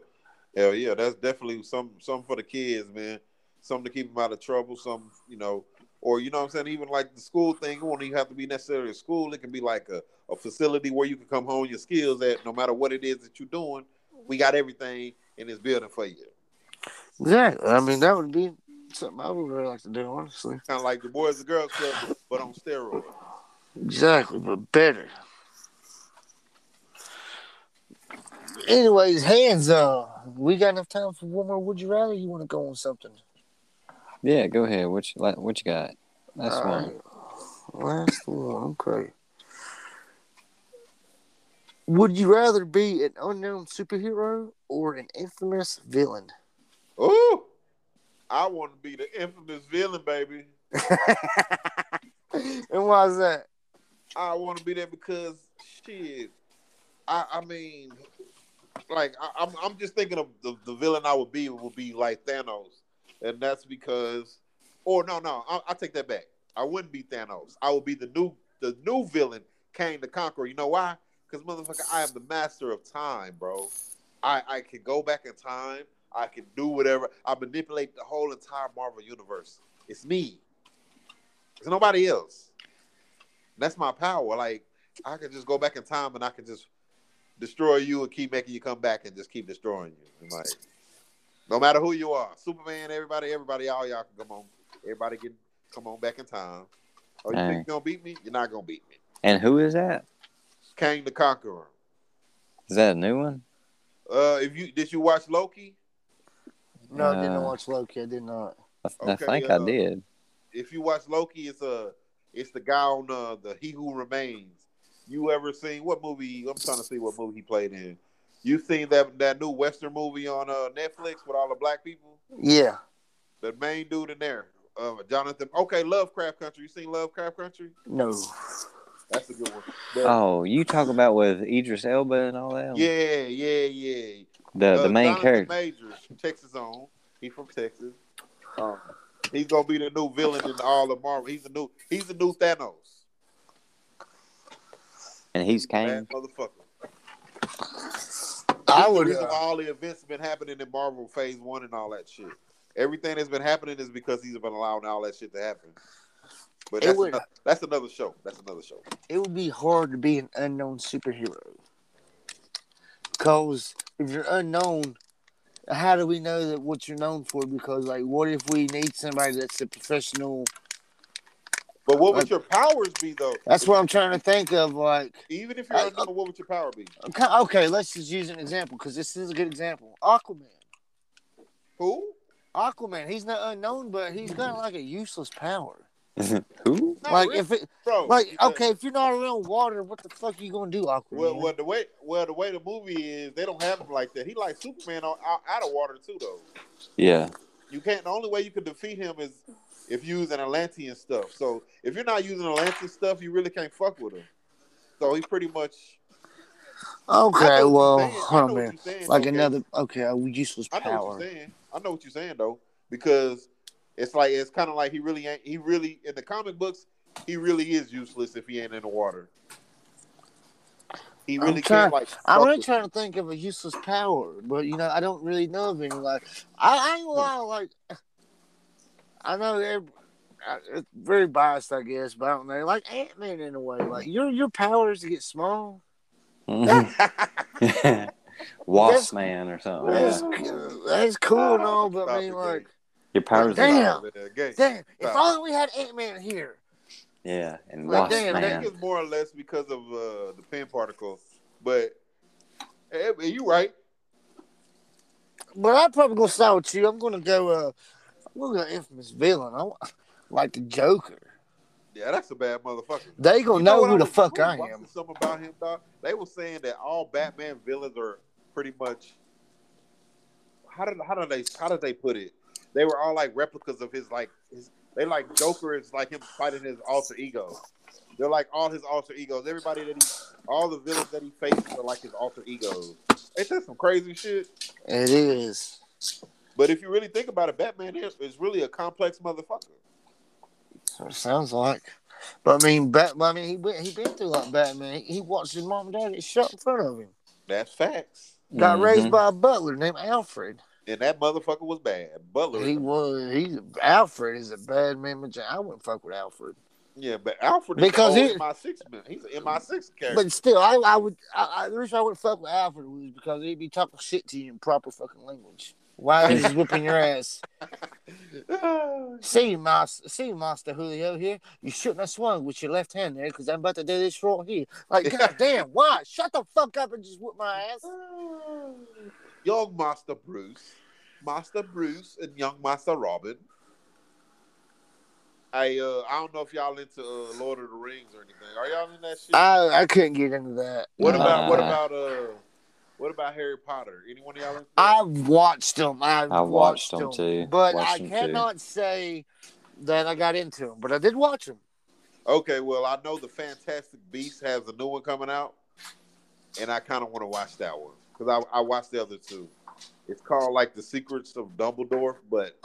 Hell yeah, that's definitely some something for the kids, man. Something to keep them out of trouble. Some, you know, or you know what I'm saying. Even like the school thing, it won't even have to be necessarily a school. It can be like a, a facility where you can come home your skills at. No matter what it is that you're doing, we got everything in this building for you. Exactly. I mean, that would be something I would really like to do, honestly. Kind of like the boys and girls club, but on steroids. Exactly, but better. Anyways, hands up. We got enough time for one more. Would you rather? You want to go on something? Yeah, go ahead. What you, like, what you got? That's All one. right. Last one. Okay. Would you rather be an unknown superhero or an infamous villain? Ooh, I want to be the infamous villain, baby. and why is that? I want to be there because shit. I I mean, like I, I'm I'm just thinking of the, the villain I would be would be like Thanos, and that's because, or no no I, I take that back. I wouldn't be Thanos. I would be the new the new villain, Kang the Conqueror. You know why? Because motherfucker, I am the master of time, bro. I I can go back in time. I can do whatever. I manipulate the whole entire Marvel universe. It's me. It's nobody else. That's my power. Like I could just go back in time and I could just destroy you and keep making you come back and just keep destroying you. And, like no matter who you are, Superman, everybody, everybody, all y'all can come on. Everybody can come on back in time. Oh, you Hey. think you're gonna beat me? You're not gonna beat me. And who is that? Kang the Conqueror. Is that a new one? Uh, if you did you watch Loki? No, I didn't Uh, watch Loki. I did not. I, th- I Okay, think uh, I did. If you watch Loki, it's uh it's the guy on uh, the He Who Remains. You ever seen what movie? I'm trying to see what movie he played in. You seen that that new Western movie on uh, Netflix with all the black people? Yeah. The main dude in there, uh, Jonathan. Okay, Lovecraft Country. You seen Lovecraft Country? No. That's a good one. The- Oh, you talk about with Idris Elba and all that? Yeah, yeah, yeah. The Uh, the main Jonathan character. Majors, Texas own. He from Texas. Um, he's gonna be the new villain in all of Marvel. He's the new. He's the new Thanos. and he's Kane. Bad motherfucker. I He's would. The reason why Uh, all the events have been happening in Marvel Phase One and all that shit. Everything that's been happening is because he's been allowing all that shit to happen. But It that's, would- another, that's another show. That's another show. It would be hard to be an unknown superhero. Cause if you're unknown, how do we know that what you're known for? Because like, what if we need somebody that's a professional? But what would Like- your powers be though? That's what I'm trying to think of. Like, Even if you're I- unknown, what would your power be? okay, okay, let's just use an example because this is a good example. Aquaman. Who? Aquaman. He's not unknown, but he's got like a useless power. Who? Not like really, if it, bro. like because- okay, if you're not around water, what the fuck you gonna do, Aquaman? Well, well, the way well the way the movie is, they don't have him like that. He like Superman on, out, out of water too, though. Yeah. You can't. The only way you can defeat him is if you use an Atlantean stuff. So if you're not using Atlantean stuff, you really can't fuck with him. So he pretty much. I okay, know what well, you're saying. I hold know on, what man. you're saying, Like okay. another okay, a useless I know what power. you're saying. I know what you're saying though, because it's like it's kind of like he really ain't. He really in the comic books, he really is useless if he ain't in the water. He I'm really trying- can't like. I'm fuck really with- trying to think of a useless power, but you know, I don't really know of any. Like, I, I ain't gonna lie, like, I know every- I- it's very biased, I guess, but I don't know. Like Ant Man in a way, like your your powers get small. Mhm. Wasp man or something. That's, Yeah. that's cool and all, but Stop I mean, it, like, Your powers Damn. are man, gay. damn, if Stop. only we had Ant Man here. yeah, and Well, Wasp damn, that I man. think it's more or less because of uh, the pin particle, but eh, eh, you right. But I'm probably gonna start with you. I'm gonna go. Uh, I'm gonna go infamous villain. I want, like the Joker. Yeah, that's a bad motherfucker. They gonna You know, what who the was- fuck was I watching am. Something about him, dog. They were saying that all Batman villains are pretty much. How did how did they how did they put it? They were all like replicas of his like his. They like Joker is like him fighting his alter ego. They're like all his alter egos. Everybody that he, all the villains that he faces are like his alter egos. Ain't that some crazy shit? It is. But if you really think about it, Batman is, is really a complex motherfucker. That's what it sounds like. But I mean, Bat. I mean, he went. He been through like Batman. He, he watched his mom and daddy shot in front of him. That's facts. Got Mhm. raised by a butler named Alfred. And that motherfucker was bad. Butler. He was. He's Alfred is a bad man. but I wouldn't fuck with Alfred. yeah, but Alfred Because is he- an MI6 man. He's an MI6 character. But still, I, I would. I, I, the reason I wouldn't fuck with Alfred was because he'd be talking shit to you in proper fucking language. Why is he whipping your ass? See, master, see, master Julio here. You shouldn't have swung with your left hand there, because I'm about to do this right here. Like, goddamn, why? Shut the fuck up and just whip my ass. young Master Bruce, Master Bruce, and young Master Robin. I uh, I don't know if y'all into uh, Lord of the Rings or anything. Are y'all in that shit? I I couldn't get into that. what about what Nah. about uh, what about Harry Potter? Anyone of y'all? Into that? I've watched them. I've I watched them them, too. but Watched I them too. cannot say that I got into them. But I did watch them. Okay, well, I know the Fantastic Beast has a new one coming out, and I kind of want to watch that one because I, I watched the other two. It's called like The Secrets of Dumbledore, but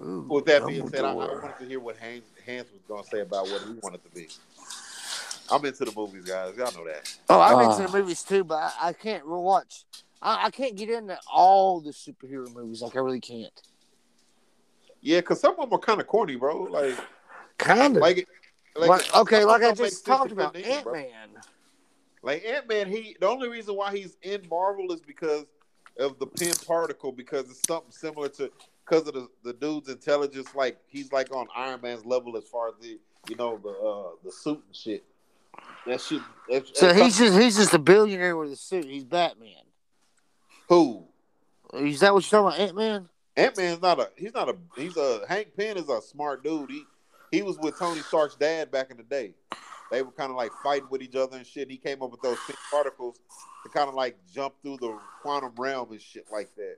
with that being said, I, I wanted to hear what Hans, Hans was going to say about what he wanted to be. I'm into the movies, guys. Y'all know that. Oh, I'm Ah. into the movies too, but I, I can't watch. I, I can't get into all the superhero movies. Like I really can't. Yeah, because some of them are kind of corny, bro. Like, Kind of. Like, like, okay, some like I don't make sense just talked if about they need 'em, Ant bro. Man. Like Ant Man, he the only reason why he's in Marvel is because of the pin particle, because it's something similar to because of the, the dude's intelligence. Like he's like on Iron Man's level as far as the you know the uh, the suit and shit. That shit. That, So that's he's something- just he's just a billionaire with a suit. He's Batman. who Is that what you're talking about, Ant Man? Ant Man's not a he's not a he's a Hank Pym is a smart dude. He he was with Tony Stark's dad back in the day. They were kind of like fighting with each other and shit. He came up with those pink particles to kind of like jump through the quantum realm and shit like that.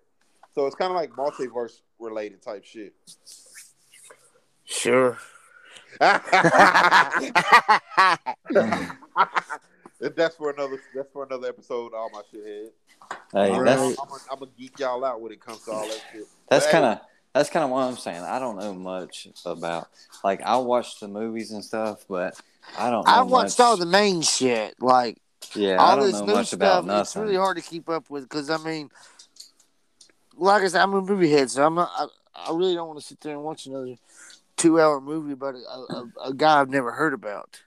So it's kind of like multiverse related type shit. Sure. that's I for another that's for another episode. of All my shit head. Hey, All that's right. I'm gonna I'm gonna geek y'all out when it comes to all that shit. That's Hey. kind of that's kind of what I'm saying. I don't know much about like I watch the movies and stuff, but I don't. Know Oh, watched much. all the main shit, like yeah. I all don't this know new much stuff. about It's nothing. really hard to keep up with because I mean, like I said, I'm a movie head, so I'm not. I, I really don't want to sit there and watch another two hour movie about a, a, a guy I've never heard about.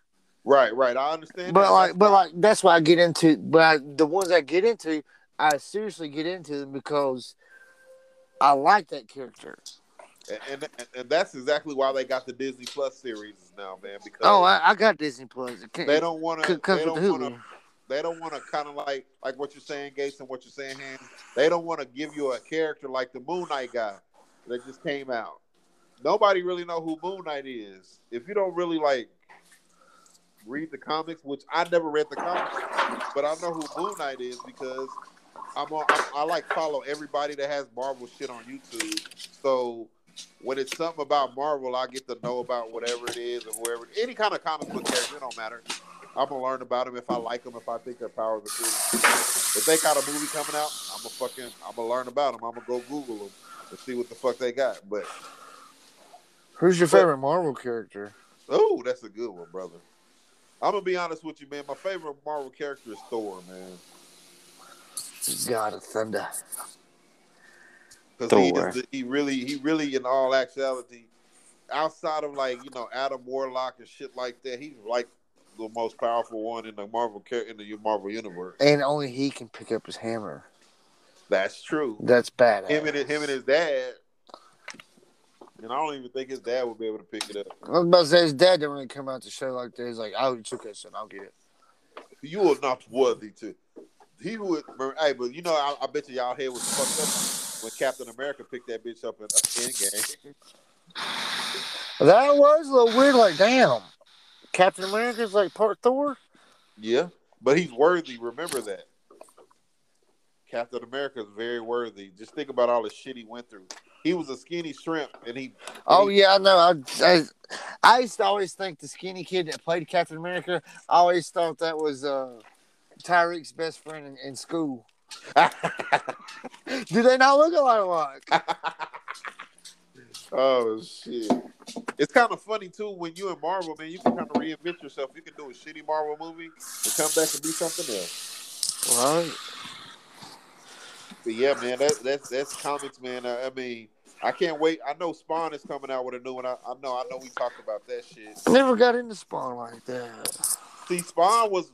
Right, right. I understand. But that. like, but like, that's why I get into. But I, the ones I get into, I seriously get into them because I like that character. and, and and that's exactly why they got the Disney Plus series now, man. Because Oh, I, I got Disney Plus. It can't, they don't want to. could come They with don't want Hulu. to. They don't want to kind of like like what you're saying, Gates, and what you're saying, Hands. They don't want to give you a character like the Moon Knight guy that just came out. Nobody really know who Moon Knight is if you don't really like read the comics, which I never read the comics, but I know who Moon Knight is because I'm on. I, I like follow everybody that has Marvel shit on YouTube. So when it's something about Marvel, I get to know about whatever it is or whoever any kind of comic book character. It don't matter. I'm gonna learn about them if I like them, if I think their powers are cool. If they got a movie coming out, I'm gonna fucking I'm gonna learn about them. I'm gonna go Google them and see what the fuck they got. But Who's your But- favorite Marvel character? oh, that's a good one, brother. I'm gonna be honest with you, man. My favorite Marvel character is Thor, man, God of Thunder. because he Thor. is the, he really he really in all actuality, outside of like you know Adam Warlock and shit like that, he's like the most powerful one in the Marvel char- in the Marvel universe. And only he can pick up his hammer. That's true. That's badass. him and his, him and his dad. And I don't even think his dad would be able to pick it up. I was about to say his dad didn't really come out to show like that. He's like, "Oh, it's okay, son. I'll get it." You are not worthy to. He would. Hey, but you know, I, I bet you y'all head was fucked up when Captain America picked that bitch up in Endgame. That was a little weird. Like, damn, Captain America's like part Thor. Yeah, but he's worthy. Remember that. Captain America is very worthy. Just think about all the shit he went through. He was a skinny shrimp, and he Oh yeah, I know. I, I I used to always think the skinny kid that played Captain America. I always thought that was uh, Tyreek's best friend in, in school. Do they not look a lot alike? Oh shit! It's kind of funny too when you in Marvel, man. You can kind of reinvent yourself. You can do a shitty Marvel movie and come back and be something else. Right. But yeah, man, that, that's that's comics, man. I, I mean, I can't wait. I know Spawn is coming out with a new one. I, I know. I know we talked about that shit. Never got into Spawn like that. See, Spawn was.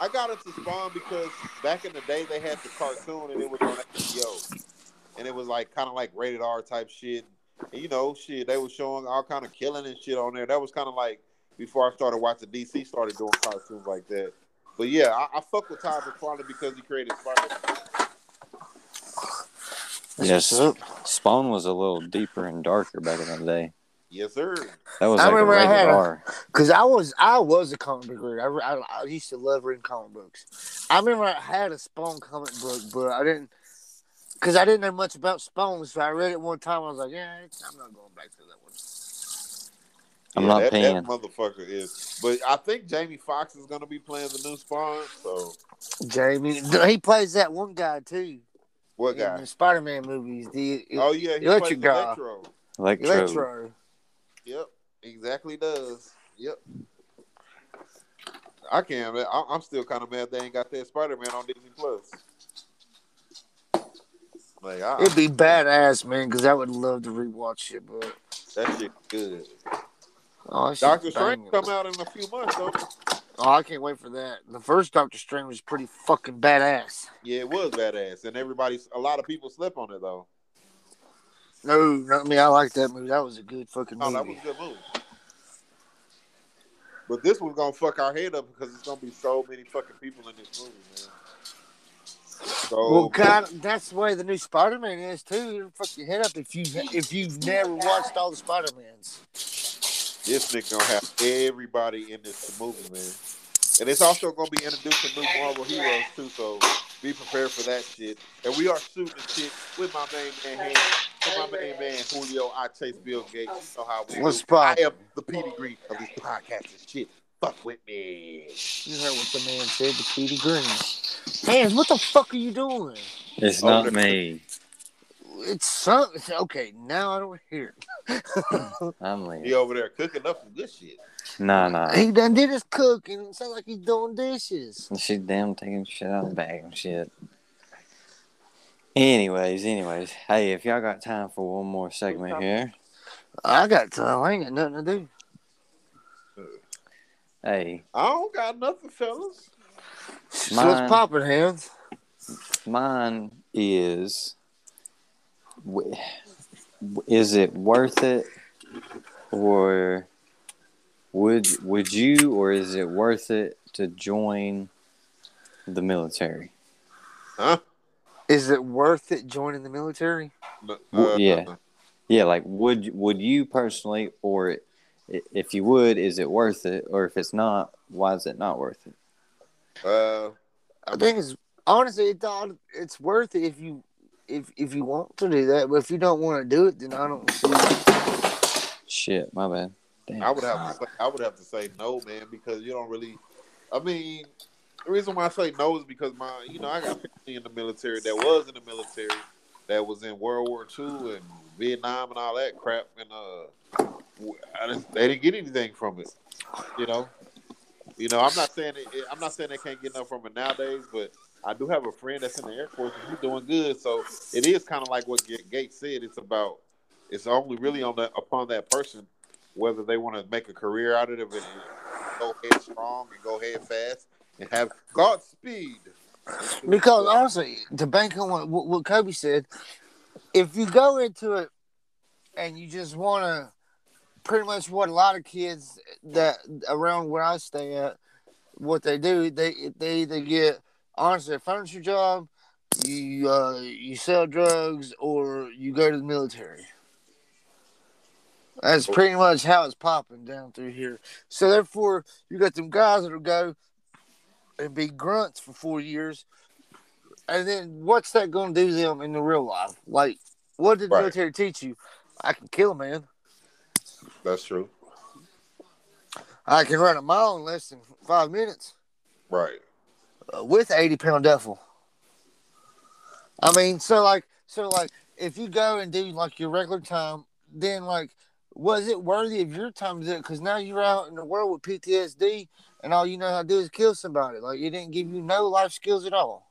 I got into Spawn because back in the day they had the cartoon and it was on HBO, and it was like kind of like rated R type shit. And you know, shit, they were showing all kind of killing and shit on there. That was kind of like before I started watching DC started doing cartoons like that. But yeah, I, I fuck with Todd McFarlane because he created Spider. What's Yes. up? Spawn was a little deeper and darker back in the day. Yes, sir. That was I like a remember I rated had a- R. Cause I was I was a comic book reader. I, re- I, I used to love reading comic books. I remember I had a Spawn comic book, but I didn't, cause I didn't know much about Spawn. So I read it one time. I was like, yeah, it's- I'm not going back to that one. I'm Yeah, not that, paying. That motherfucker is. But I think Jamie Foxx is gonna be playing the new Spawn. So Jamie, he plays that one guy too what in guy? the Spider-Man movies. The Oh yeah, he Electric plays guy. Electro. Electro. Electro. Yep, exactly does. Yep. I can't. man. I- I'm still kind of mad they ain't got that Spider Man on Disney Plus. Like, I, It'd be badass, man. Cause I would love to rewatch it, but that shit good. oh, that shit's Doctor banging. Strange come out in a few months, though. Oh, I can't wait for that. The first Doctor Strange was pretty fucking badass. Yeah, it was badass, and everybody's a lot of people slept on it though. No, not me. I like that movie. That was a good fucking No, movie. Oh, that was a good movie. But this one's gonna fuck our head up because it's gonna be so many fucking people in this movie, man. So Well, God, that's the way the new Spider Man is too. You fuck your head up if you if you've never watched all the Spider Mans. This nigga gonna have everybody in this movie, man. And it's also gonna be introducing new Marvel heroes too, so be prepared for that shit. And we are shooting shit with my main man here, with my main man Julio. I chase Bill Gates. You know how we What's do. I Spot? am the pedigree of this podcast and shit. Fuck with me. You heard what the man said to Petey Green. Man, what the fuck are you doing? It's Oh, not there- me. It's some it's- okay. Now I don't hear it. I'm leaving. He over there cooking up some good shit. Nah, nah. He done did his cooking. It sounds like he's doing dishes. She damn taking shit out of the bag and shit. Anyways, anyways. Hey, if y'all got time for one more segment here, I got time. I ain't got nothing to do. Hey, I don't got nothing, fellas. So Mine- what's popping, hands? mine is w- is it worth it or would would you or is it worth it to join the military? Huh? Is it worth it joining the military? No, Well, uh, yeah. Yeah, like would would you personally or i- if you would, is it worth it or if it's not, why is it not worth it? Uh, I think it's honestly it, don't- it's worth it if you if if you want to do that, but if you don't want to do it, then I don't see. Shit, my bad. Damn. I would have to say, I would have to say no, man, because you don't really. I mean, the reason why I say no is because my, you know, I got family in the military that was in the military that was in World War II and Vietnam and all that crap, and uh, I just, they didn't get anything from it, you know. You know, I'm not saying it, I'm not saying they can't get nothing from it nowadays, but I do have a friend that's in the Air Force and he's doing good, so it is kind of like what Ga- Gates said. It's about it's only really on that upon that person whether they want to make a career out of it and go head strong and go head fast and have Godspeed. Because honestly, to bank on what, what, what Kobe said, if you go into it and you just want to, pretty much what a lot of kids that around where I stay at, what they do, they they either get honestly a furniture job, you uh, you sell drugs, or you go to the military. That's pretty much how it's popping down through here. So therefore, you got them guys that'll go and be grunts for four years. And then what's that going to do them in the real life? Like, what did the Right. military teach you? I can kill a man. that's true, I can run a mile in less than five minutes right? uh, with eighty pound duffel. I mean, so like, so like, if you go and do like your regular time, then like, was it worthy of your time to do it? Because now you're out in the world with PTSD, and all you know how to do is kill somebody. Like, it didn't give you no life skills at all.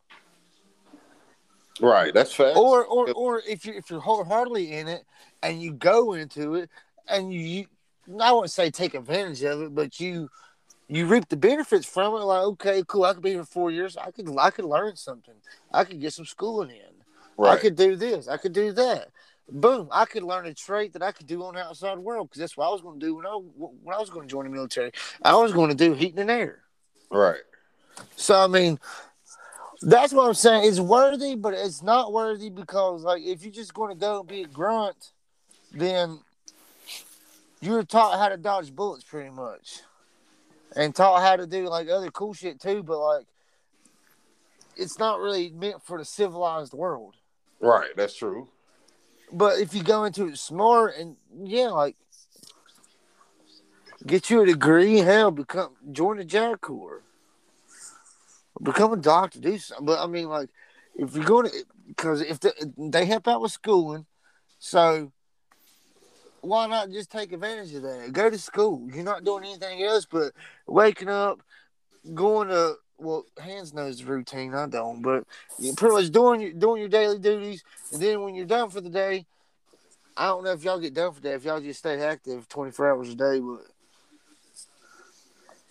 Right, that's fact. or or or if you if you're wholeheartedly in it and you go into it and you, you I wouldn't say take advantage of it, but you you reap the benefits from it. Like, okay, cool, I could be here four years. I could I could learn something. I could get some schooling in. I right, could do this. I could do that. Boom! I could learn a trait that I could do on the outside world because that's what I was going to do when I when I was going to join the military. I was going to do heating and air. right. So I mean, that's what I'm saying. It's worthy, but it's not worthy because like if you're just going to go and be a grunt, then you're taught how to dodge bullets pretty much, and taught how to do like other cool shit too. But like, it's not really meant for the civilized world. Right, that's true. But if you go into it smart and yeah, like get you a degree, hell, become join the Jack Corps, become a doctor, do something. But I mean, like if you're going to, because if the, they help out with schooling, so why not just take advantage of that? Go to school. You're not doing anything else but waking up, going to. Well, hands knows the routine. I don't, but you're pretty much doing your doing your daily duties, and then when you're done for the day, I don't know if y'all get done for that. If y'all just stay active 24 hours a day, but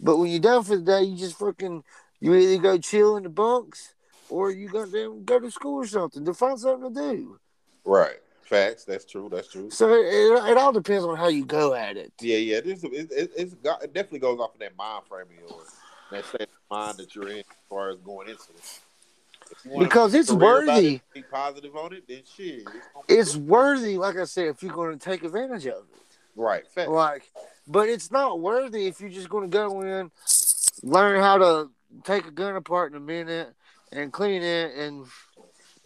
but when you're done for the day, you just fucking you either go chill in the bunks or you go down, go to school or something to find something to do. Right, facts. That's true. That's true. So it, it, it all depends on how you go at it. Yeah, yeah. This it, it, it's got, it definitely goes off of that mind frame of yours, that state of mind that you're in as far as going into it. If you wanna Because it's career about worthy. it, Be positive on it, then shit. It's, gonna be It's worthy, like I said, if you're going to take advantage of it. right. Facts. Like, but it's not worthy if you're just going to go in, learn how to take a gun apart in a minute and clean it and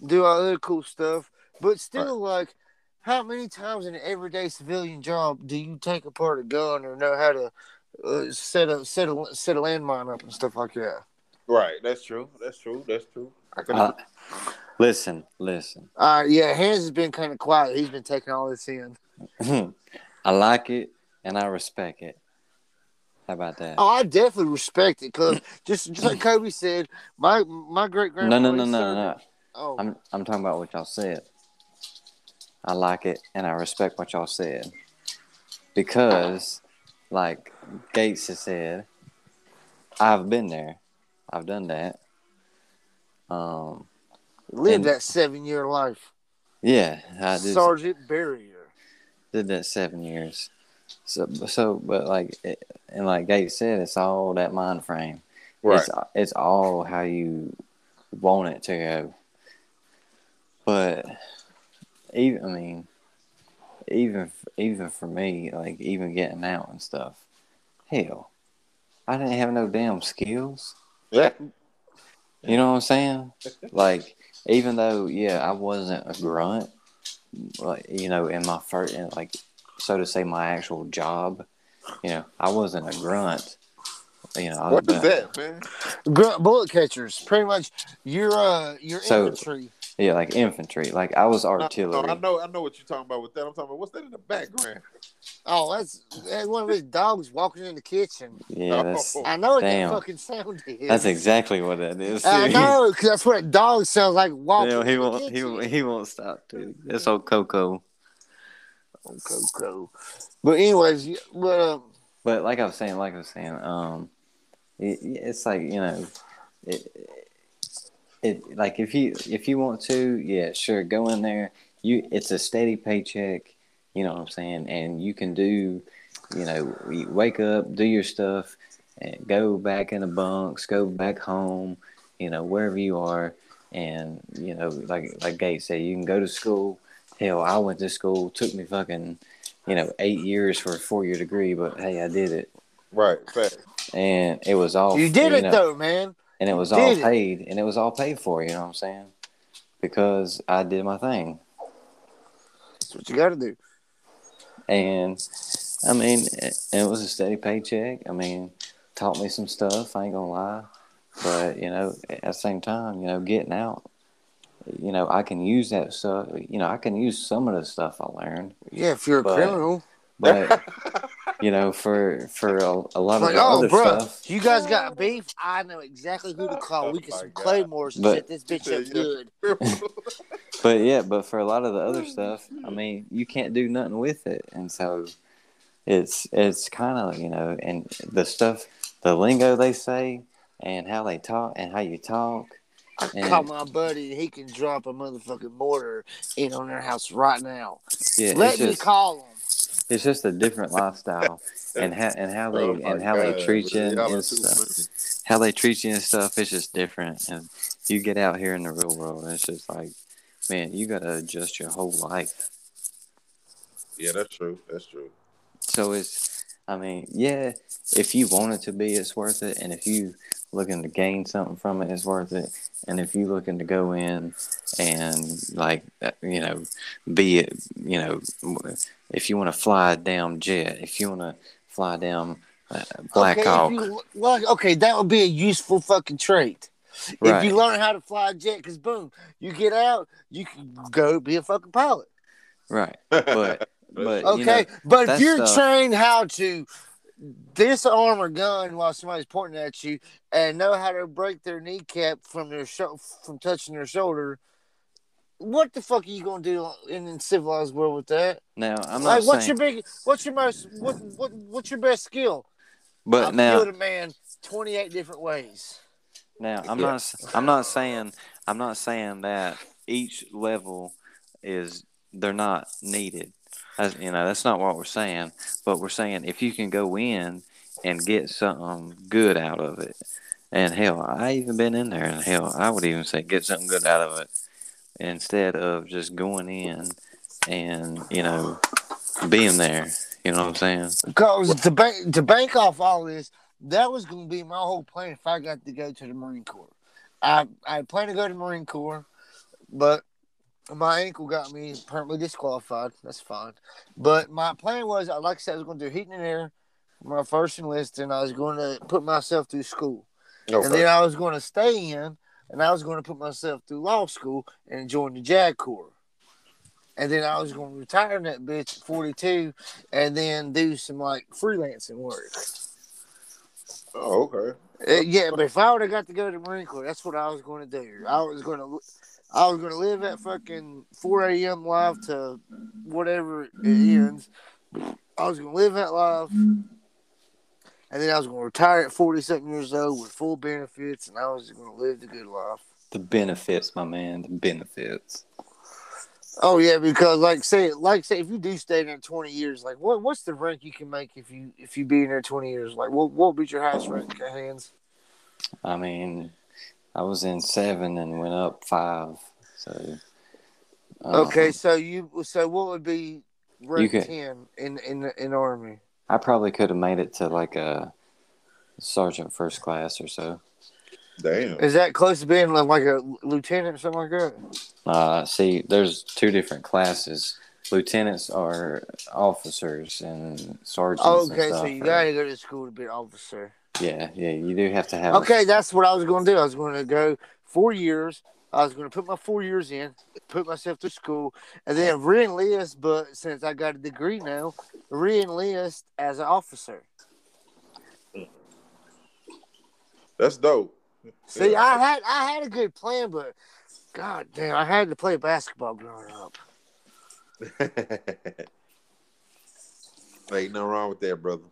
do all other cool stuff. But still, like, how many times in an everyday civilian job do you take apart a gun or know how to uh, set a set a set a landmine up and stuff like that? Right. That's true. That's true. That's true. I can. Uh, listen, listen. Uh, yeah, Hans has been kind of quiet. He's been taking all this in. I like it and I respect it. How about that? Oh, I definitely respect it because just, just like Kobe said, my my great no, grandma. no, no, no, no. Oh, I'm I'm talking about what y'all said. I like it and I respect what y'all said. because, like Gates has said, I've been there, I've done that. Um, Live And- that seven year life. yeah, I did, Sergeant Barrier. did that seven years. So, so, but like, it, and like Gates said, it's all that mind frame. It's, it's all how you want it to go. But even I mean, even even for me, like even getting out and stuff, hell, I didn't have no damn skills. Yeah. You know what I'm saying? Like even though yeah, I wasn't a grunt, like you know, in my first in, like so to say, my actual job, you know, I wasn't a grunt. You know, I What was is the- that, man? Grunt bullet catchers. Pretty much your uh your So- infantry. Yeah, like infantry. Like I was No, artillery. no, I know, I know what you're talking about with that. I'm talking about what's that in the background? Oh, that's that's one of his dogs walking in the kitchen. Yeah, that's I know what Damn. that fucking sound is. that's exactly what that is. I too. know, 'cause that's what a dog sounds like walking. Yeah, he in the won't. He kitchen. won't, he won't stop. Dude. That's old Coco. Coco. Oh, But anyways, you- but um, But like I was saying, like I was saying, um, it, it's like you know, it, it like if you if you want to, yeah, sure, go in there. You, it's a steady paycheck. You know what I'm saying, and you can do, you know, you wake up, do your stuff, and go back in the bunks, go back home, you know, wherever you are, and you know, like like Gates said, you can go to school. Hell, I went to school. Took me fucking you know, eight years for a four year degree, but hey, I did it. Right. Fact. And it was all you did it know, though, man. And it was You all did it. paid and it was all paid for, you know what I'm saying? Because I did my thing. That's what you got to do. And I mean it, it was a steady paycheck. I mean, taught me some stuff, I ain't gonna lie. But, you know, at the same time, you know, getting out, you know, I can use that stuff you know, I can use some of the stuff I learned. Yeah, if you're a But- criminal, But you know, for for a, a lot of like, the oh, other bro, stuff. you guys got beef. I know exactly who to call. We Oh get my some God. claymores and set But- this bitch Yeah, up yeah. good. But yeah, but for a lot of the other stuff, I mean, you can't do nothing with it, and so it's it's kind of you know, and the stuff, the lingo they say, and how they talk, and how you talk. I Yeah. call my buddy. He can drop a motherfucking mortar in on their house right now. Yeah, Let it's me just call him. it's just a different lifestyle, and how and how they Oh my and how God, they treat you man. and, Y'all are and too stuff, funny. how they treat you and stuff. It's just different, and you get out here in the real world, and it's just like, man, you gotta adjust your whole life. Yeah, that's true. That's true. So it's, I mean, yeah, if you want it to be, it's worth it. And if you looking to gain something from it, it's worth it. And if you looking to go in and like, uh, you know, be it, you know, if you want to fly a damn jet, if you want to fly down uh, Black okay, if Hawk, you- well, okay, that would be a useful fucking trait. Right. If you learn how to fly a jet, because boom, you get out, you can go be a fucking pilot. right? But but Okay, Uh, you know, but if that's you're the- trained how to disarm a gun while somebody's pointing at you and know how to break their kneecap from their sho- from touching their shoulder, what the fuck are you gonna do in the civilized world with that? now I'm Like, not saying, what's your big? What's your most? What what what's your best skill? but I've now killed a man twenty eight different ways. Now, I'm Yeah. not. s- I'm not saying. I'm not saying that each level is they're not needed. That's, you know, that's not what we're saying. But we're saying if you can go in and get something good out of it, and hell, I even been in there, and hell, I would even say get something good out of it instead of just going in and you know being there. You know what I'm saying? Because to bank to bank off all this, that was going to be my whole plan if I got to go to the Marine Corps. I I planned to go to the Marine Corps, but my ankle got me permanently disqualified. That's fine. But my plan was, uh, like I said, I was going to do heating and air. My first enlisting, I was going to put myself through school, and then I was going to stay in, and I was going to put myself through law school and join the JAG Corps. And then I was going to retire in that bitch at 42 and then do some like freelancing work. oh, okay. Uh, yeah, but if I would have got to go to the Marine Corps, that's what I was going to do. I was going to, I was going to live that fucking four a.m. life to whatever it ends, I was gonna live that life, and then I was gonna retire at forty something years old with full benefits, and I was gonna live the good life. The benefits, my man. The benefits. Oh yeah, because like say like say if you do stay there twenty years, like what what's the rank you can make if you if you be in there twenty years? Like what what would be your highest rank hands? I mean, I was in seven and went up five. So. um, Okay, so you so what would be rank could- ten in in the- in army? I probably could have made it to like a sergeant first class or so. Damn. Is that close to being like a lieutenant or something like that? Uh, see, there's two different classes. Lieutenants are officers, and sergeants. and okay, so stuff you are- gotta go to school to be an officer. Yeah, yeah, you do have to have. a- Okay, that's what I was going to do. I was going to go four years. I was going to put my four years in, put myself through school, and then re-enlist. But since I got a degree now, re-enlist as an officer. That's dope. See, Yeah. I had I had a good plan, but god damn, I had to play basketball growing up. Ain't nothing wrong with that, brother.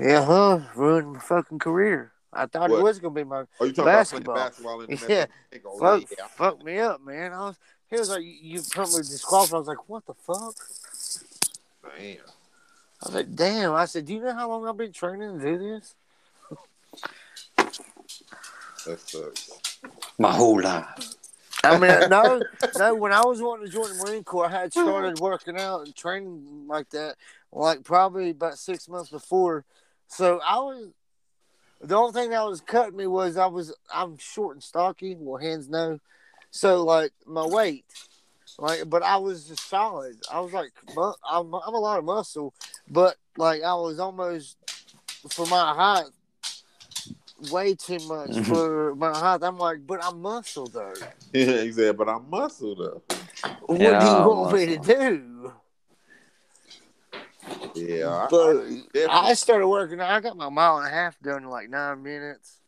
Yeah, huh? Ruined my fucking career. I thought What? it was going to be my Are Oh, you talking Basketball. about playing basketball in the Yeah. Mexican League? Oh, fuck, yeah. fuck me up, man. I was he was like, you, you probably disqualified. I was like, what the fuck? Damn. I was like, damn. I said, do you know how long I've been training to do this? That sucks. My whole life. I mean, no, no. When I was wanting to join the Marine Corps, I had started working out and training like that, like probably about six months before. So I was. The only thing that was cutting me was I was I'm short and stocky. Well, hands no. So like my weight, like but I was just solid. I was like mu- I'm I'm a lot of muscle, but like I was almost for my height. Way too much Mhm. for my height. I'm like, but I'm muscle though. Yeah, he said, but I'm muscle though. What Yeah, do you I want me to almost- do? Yeah. I- But I- I started working. I got my mile and a half done in like nine minutes.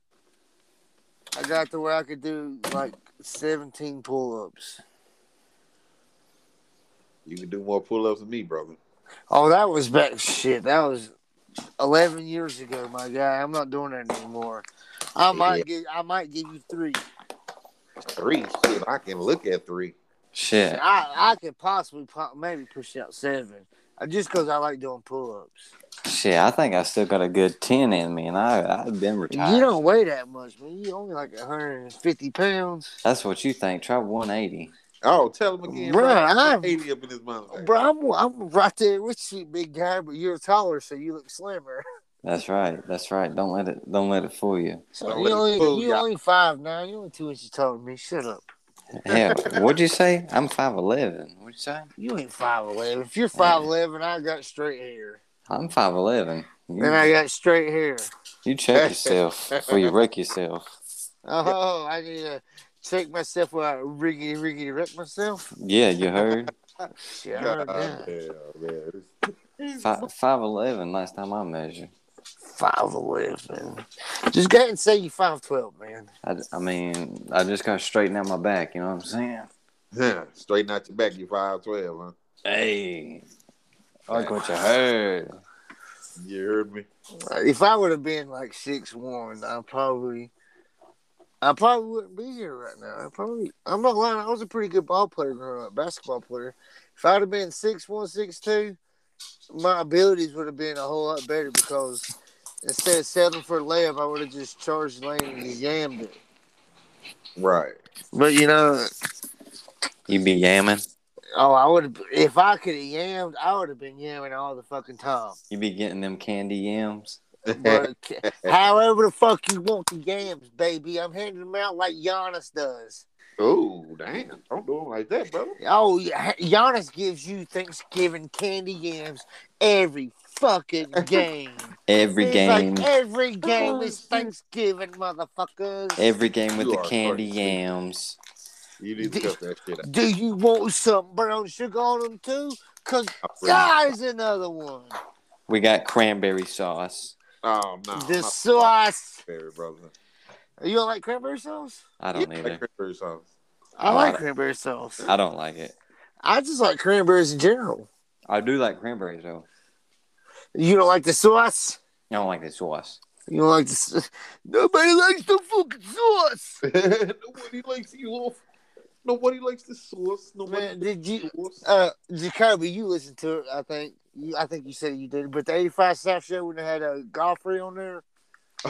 I got to where I could do like seventeen pull-ups. you can do more pull ups than me, brother. Oh, that was back shit. That was eleven years ago, my guy. I'm not doing that anymore. I might give. I might give you three. Three. Shit, I can look at three. Shit. I I could possibly po- maybe push out seven. Uh, Just because I like doing pull-ups. Shit, I think I still got a good ten in me, and I I've been retired. You don't weigh that much, man. You only like 150 pounds. That's what you think. Try one eighty. Oh, tell him again. Bruh, brother. I'm- 80 up in his mouth. Bro, I'm, I'm right there with you, big guy, but you're taller, so you look slimmer. That's right. That's right. Don't let it. Don't let it fool you. So Don't you let it only fool you ya. only five nine, you only two inches taller than me. Shut up. Hell, what'd you say? I'm five eleven. What'd you say? You ain't five eleven. If you're five eleven, I got straight hair. I'm five eleven. You, And I got straight hair. you check yourself before you wreck yourself. Oh, I need to check myself while I riggedy riggedy wreck myself. Yeah, you heard. Shit, I heard God, that. damn, man. Five five eleven. Last time I measured. Five eleven. Just go ahead and say you five twelve, man. I, I mean, I just gotta straighten out my back. You know what I'm saying? Huh, Straighten out your back, you 5'12, huh? Hey, like what you heard. You heard me? If I would have been like six one, I probably, I probably wouldn't be here right now. I probably, I'm not lying. I was a pretty good ball player growing up, basketball player. If I'd have been six one, six two, my abilities would have been a whole lot better because instead of settling for a layup, I would have just charged the lane and just yammed it. Right. But you know, You be yamming. oh, I would have. If I could have yammed, I would have been yamming all the fucking time. You be getting them candy yams. But however the fuck you want the yams, baby, I'm handing them out like Giannis does. oh, damn. Don't do him like that, brother. Oh, yeah, Giannis gives you Thanksgiving candy yams every Oh, fucking game. Every He's game. like, every game is Thanksgiving, motherfuckers. every game with You the are candy crazy. yams. You need to cut that shit out. Do you want some brown sugar on them too? Cause Ah, there's another one. We got cranberry sauce. Oh, no. the not sauce. Cranberry, brother. You don't like cranberry sauce? I don't either. Cranberry sauce. I I like like- cranberry sauce. I don't like it. I just like cranberries in general. I do like cranberries though. You don't like the sauce? I don't like this sauce. You don't like the s- Nobody likes the fucking sauce. Nobody likes you off. Nobody likes the sauce. Nobody Man, did you sauce. uh Jacoby, you listened to it, I think. You, I think you said you did, but the eighty five South show when they had a Godfrey on there.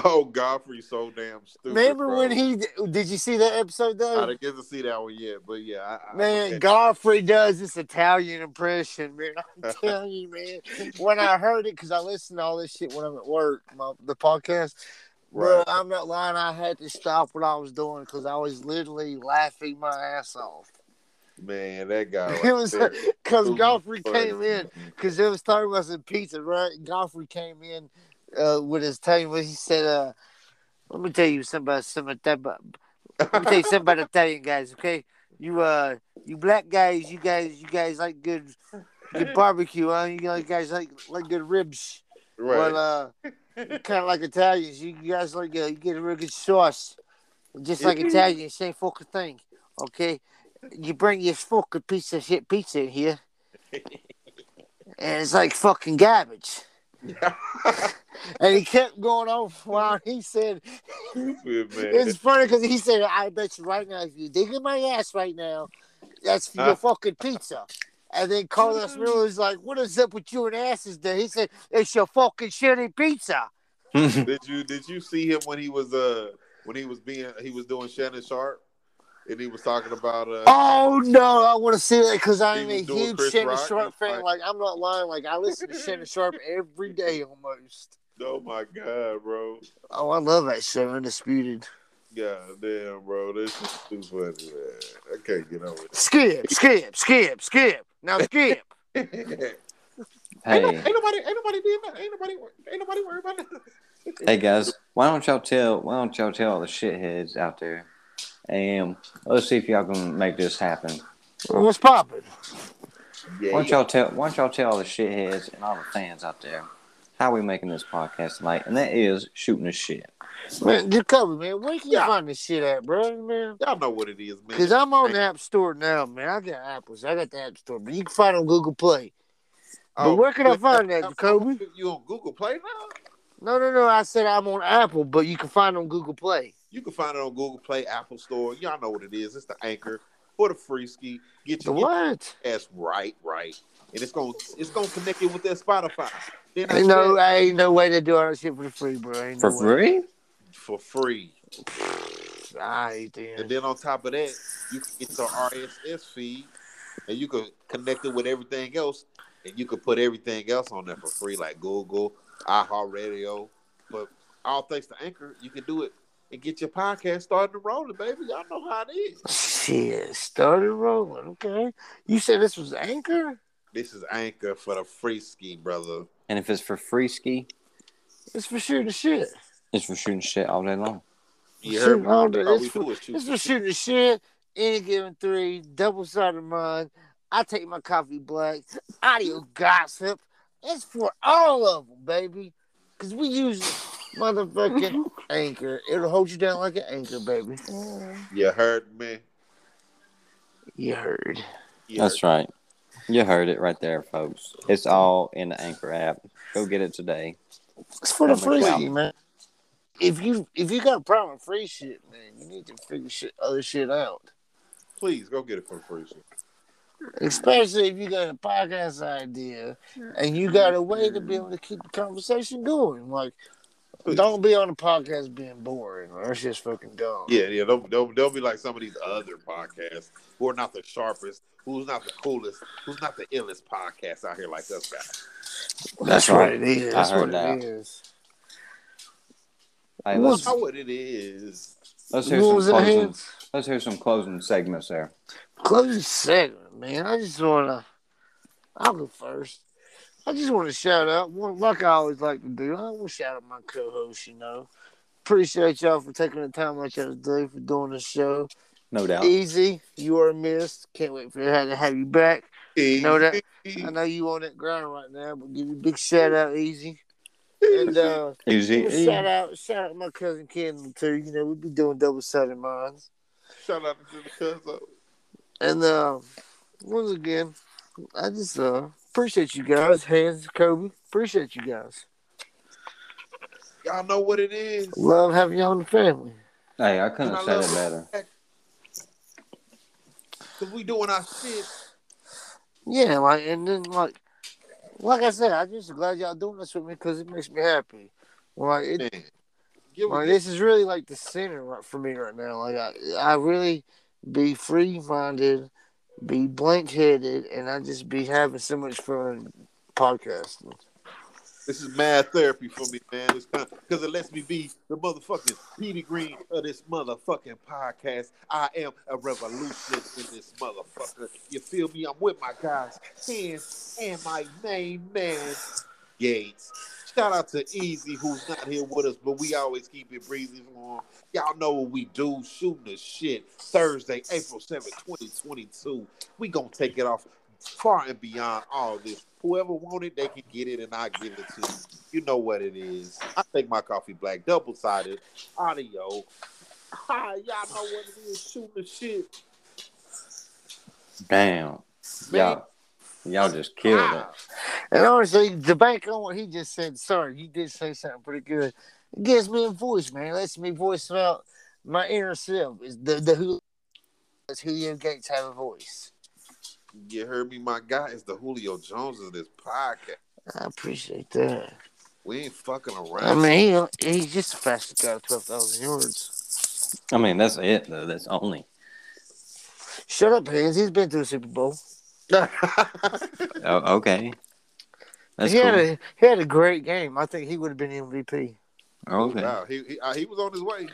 Oh, Godfrey, so damn stupid. Remember bro. when he did you see that episode I though? didn't get to see that one yet, but yeah, I, I Man, okay. Godfrey does this Italian impression, man. I'm telling you, man. When I heard it, because I listen to all this shit when I'm at work, my, the podcast. Bro, Right. I'm not lying. I had to stop what I was doing because I was literally laughing my ass off. man, that guy. It right was- there. Because Ooh, Godfrey funny. came in, because it was talking about some pizza, right? Godfrey came in uh, with his table. He said, uh, "Let me tell you something about some Italian. Let me tell you something about Italian guys, okay? You uh, you black guys, you guys, you guys like good, good barbecue, huh? You like guys like like good ribs. right. Well, uh, kind of like Italians. You guys like uh, you get a real good sauce, just like Italians. Same fucking thing, okay? You bring your fucking piece of shit pizza in here, and it's like fucking garbage. And he kept going on for a while. He said, Stupid, man. "It's funny because he said, I bet you right now, if you dig in my ass right now, that's for your Huh? fucking pizza." And then Carlos Miller was like, "What is up with you and asses?" There, he said, "It's your fucking shitty pizza." Did you did you see him when he was uh when he was being he was doing Shannon Sharp and he was talking about uh Oh no, I want to see that because I'm He a was doing huge Chris Shannon Rock. Sharp fan. Like- Like I'm not lying. Like I listen to Shannon Sharp every day almost. oh my god, bro. Oh, I love that show, Undisputed. God damn, bro, this is too funny, man. I can't get over Skip, skip, skip, skip. Now skip. it. hey, nobody, ain't nobody did nothing. Ain't nobody, ain't nobody worried about nothing. hey guys, why don't y'all tell why don't y'all tell all the shitheads out there? And let's see if y'all can make this happen. What's poppin'? Yeah, Why don't y'all tell Why don't y'all tell all the shitheads and all the fans out there how we making this podcast tonight? And that is shooting the shit. Man, Jacoby, man, where can you Yeah. find this shit at, bro, man? y'all know what it is, man. Because I'm on the App Store now, man. I got apples. I got the App Store, but you can find it on Google Play. but where can I find that, Jacoby? You on Google Play now? No, no, no. I said I'm on Apple, but you can find it on Google Play. You can find it on Google Play, Apple Store. Y'all know what it is. It's the anchor for the free ski. Get The your, get what? your ass right, right, and it's gonna it's gonna connect it with that Spotify. Then I Ain't no, said, ain't no way to do all that shit for free, bro. Ain't For no free? for free. Way. All right, And then. then on top of that, you can get your RSS feed and you can connect it with everything else. And you can put everything else on there for free, like Google, iHeartRadio. But all thanks to Anchor, you can do it and get your podcast started and rolling, baby. Y'all know how it is. Shit, started rolling. Okay, you said this was Anchor. This is Anchor for the free ski, brother. And if it's for free ski, It's for sure the shit. it's for shooting shit all day long. You heard Shoot, me? all All day. we It's for- do is This shoot. was shooting the shit. Any given three, double sided mine. I take my coffee black. Audio gossip. It's for all of them, baby. Cause we use motherfucking anchor. It'll hold you down like an anchor, baby. You heard me? You heard. You That's heard. right. You heard it right there, folks. It's all in the Anchor app. Go get it today. It's for the That makes free, sense. man. If you if you got a problem with free shit, man, you need to figure shit other shit out. Please go get it for the free ski. Especially if you got a podcast idea and you got a way to be able to keep the conversation going. Like, don't be on the podcast being boring. or That's just fucking dumb. Yeah, yeah. They'll, they'll, they'll be like some of these other podcasts who are not the sharpest, who's not the coolest, who's not the illest podcast out here like us guys. that's what it is. I That's heard what that. it is. Hey, Well, let's, How what it is. let's hear some Rules in closing. hands. Let's hear some closing segments there. Closing segment, man. I just wanna. I'll go first. I just want to shout out, one- like I always like to do. I want to shout out my co-host. You know, appreciate y'all for taking the time out y'all day for doing this show. No doubt. Easy, you are missed. Can't wait for her to have you back. know that- I know you on that ground right now, but give you a big shout out, Easy. And uh, Easy. shout out, shout out my cousin Kendall too. You know we be doing double sided minds. Shout out to the cousin. And uh, once again, I just uh Appreciate you guys. Hands, Kobe. Appreciate you guys. Y'all know what it is. Love having y'all in the family. Hey, I And couldn't I say love it better. Cause we doing our shit. Yeah, like and then like, like I said, I'm just glad y'all doing this with me because it makes me happy. Like it, Man. Give Like a this is really like the center right- for me right now. Like I, I really be free minded, be blank headed, and I just be having so much fun podcasting. This is mad therapy for me, man. It's kind because it lets me be the motherfucking Petey Green of this motherfucking podcast. I am a revolutionist in this motherfucker. You feel me? I'm with my guys, hands and my main man, Gates. Shout out to Easy, who's not here with us, but we always keep it breezy for him. Y'all know what we do, shooting the shit. Thursday, April 7th, 2022. We gonna take it off far and beyond all this. Whoever wanted, they can get it, and I give it to you. You know what it is. I take my coffee black, double sided, audio. Hi, y'all know what it is. Shooting the shit. Damn. Man. Y'all, y'all just killed it. Ah, And honestly, the back on what he just said, sorry, you did say something pretty good. It gives me a voice, man. It lets me voice out my inner self. Is the the who does Julio Gates have a voice? You heard me, my guy. It's the Julio Jones of this podcast. I appreciate that. We ain't fucking around. I mean, he, he's just a fastest guy, twelve thousand yards. I mean, that's it though. That's only. Shut up, Hayes. He's been to the Super Bowl. Oh, okay. That's he cool. had a he had a great game. I think he would have been MVP. okay. wow, he, he, uh, he was on his way.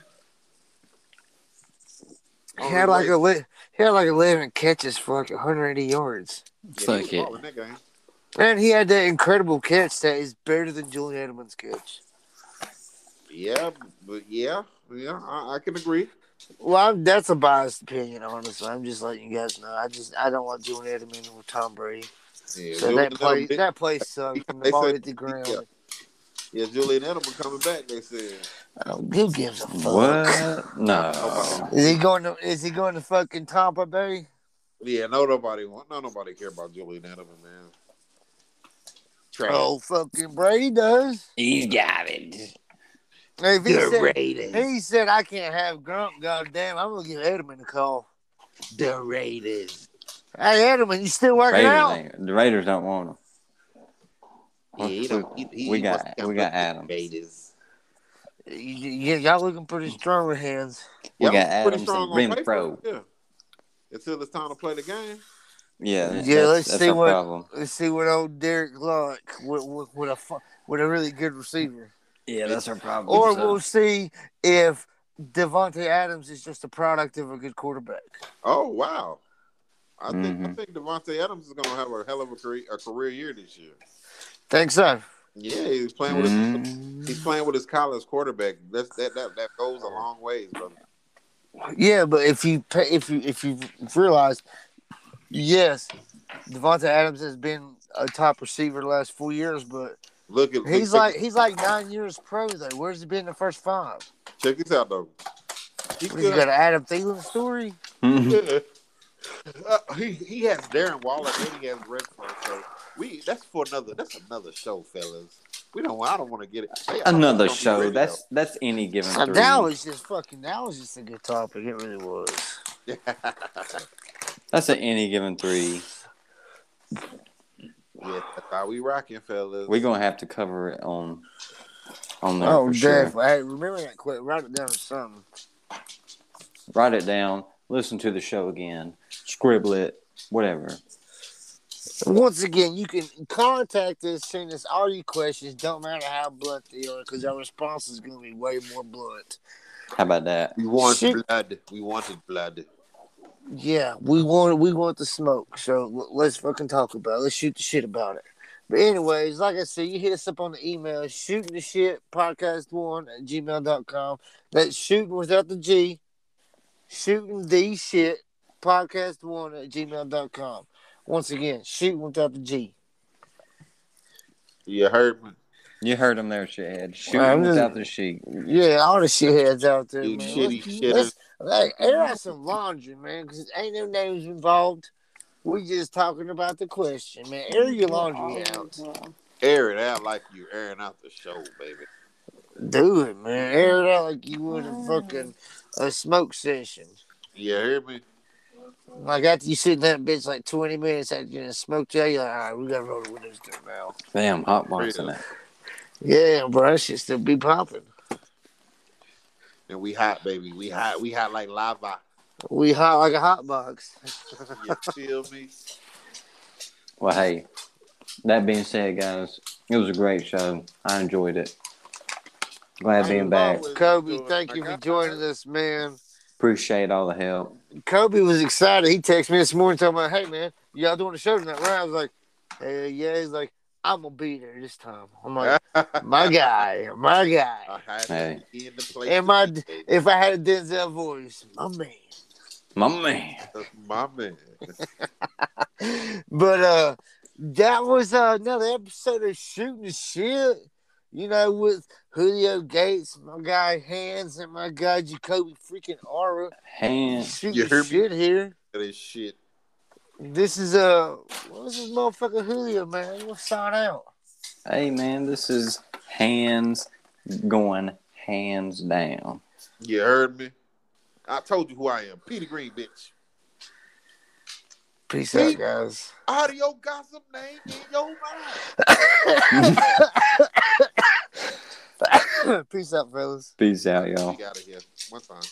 Oh, He had like a he had like eleven catches for like 180 yards, Fuck it. and he had that incredible catch that is better than Julian Edelman's catch. Yeah, but yeah, yeah, I, I can agree. Well, I'm, that's a biased opinion, honestly. I'm just letting you guys know. I just I don't like Julian Edelman or Tom Brady. Yeah, So Julian that play Edelman- that play sucked. And the They ball said- hit the ground. yeah. yeah, Julian Edelman coming back. They said. Oh, who gives a fuck? What? Oh, No. wow. Is he going to is he going to fucking Tampa Bay? Yeah, no nobody want no nobody care about Julian Edelman, man. Trash. Oh, fucking Brady does. He's got it. If he said- Raiders. He said, I can't have Grump. Goddamn, I'm going to give Edelman a call. The Raiders. Hey, Edelman, you still working out? ain't- The Raiders don't want him. Yeah, he don't- he- he we got- must have we got the Adams. Raiders. Y- y- y'all looking pretty strong with hands. We Yeah, got I'm pretty Adams strong and on paper, Renfro. Yeah. Until it's time to play the game. Yeah, Yeah. That's, yeah. let's Let's see our what- problem. Let's see what old Derek Luck with, with, with a fu- with a really good receiver. Yeah, that's our problem. Or we'll see if Devontae Adams is just a product of a good quarterback. Oh wow. I think I Mhm. think Devontae Adams is gonna have a hell of a career, a career year this year. Thanks, son. Yeah, he's playing with his, Mm-hmm. he's playing with his college quarterback. That's that that, that goes a long ways, brother. Yeah, but if you pay, if you if you realize, yes, Devontae Adams has been a top receiver the last four years, but Look at He's look- like he's like nine years pro though. Where's he been the first five? check this out though. He What, you could- got an Adam Thielen story? Mm-hmm. Yeah. Uh, he he has Darren Waller and he has Redford. So we that's for another that's another show, fellas. We don't I don't want to get it. Hey, I- Another don't be show. ready, That's that's any given So three. that was just fucking. That was just a good topic. It really was. though. That's an any given three. yeah, that's how we rocking, fellas. We're gonna have to cover it on on there Oh, for sure. definitely. Hey, remember that quick. Write it down or something. Write it down. Listen to the show again. Scribble it. Whatever. Once again, you can contact us, send us all your questions. Don't matter how blunt they are, because our response is going to be way more blunt. How about that? we want Shit. blood. We wanted blood. Yeah, we want we want the smoke. So l- let's fucking talk about it. Let's shoot the shit about it. But anyways, like I said, you hit us up on the email, shooting the shit podcast one at gmail.com. That's shooting without the G. Shooting the shit podcast one at gmail.com. Once again, shooting without the G. You heard me. You heard him there, shithead. Shooting I'm just- without the sheet. Yeah, all the shitheads out there. You man. shitty Let's- shitter. let's- Hey, air out some laundry, man, because ain't no names involved. We just talking about the question, man. Air your laundry out. Air it out like you airing out the show, baby. Do it, man. Air it out like you would a fucking a smoke session. You hear me? Like after you sit in that bitch like twenty minutes after you done smoked out, you're like, all right, we gotta roll the windows down now. Damn, hot box in Freedom. that. Yeah, bro, that shit still be popping. And we hot, baby. We hot. We hot like lava. We hot like a hot box. You feel me? Well, hey, that being said, guys, it was a great show. I enjoyed it. Glad Hey, being back. always. Kobe, thank you for joining us, man. Appreciate all the help. Kobe was excited. He texted me this morning talking about, hey man, y'all doing the show tonight, right? I was like, hey, yeah. He's like, I'm gonna be there this time. I'm like, my guy, my guy. I had to Hey. be in the place. And my, to be, if I had a Denzel voice, my man. My man. baby. my man. but uh that was uh, another episode of shooting the shit you know with julio gates my guy hands and my guy jacoby freaking aura Hands. shooting You hear me? shit here This shit. this is uh what was this motherfucker julio man what's sign out Hey, man, this is hands going hands down. You heard me? I told you who I am. Peter Green, bitch. peace Hey. out guys Audio gossip name in your mind. peace out fellas Peace out, y'all. We out of here. One time.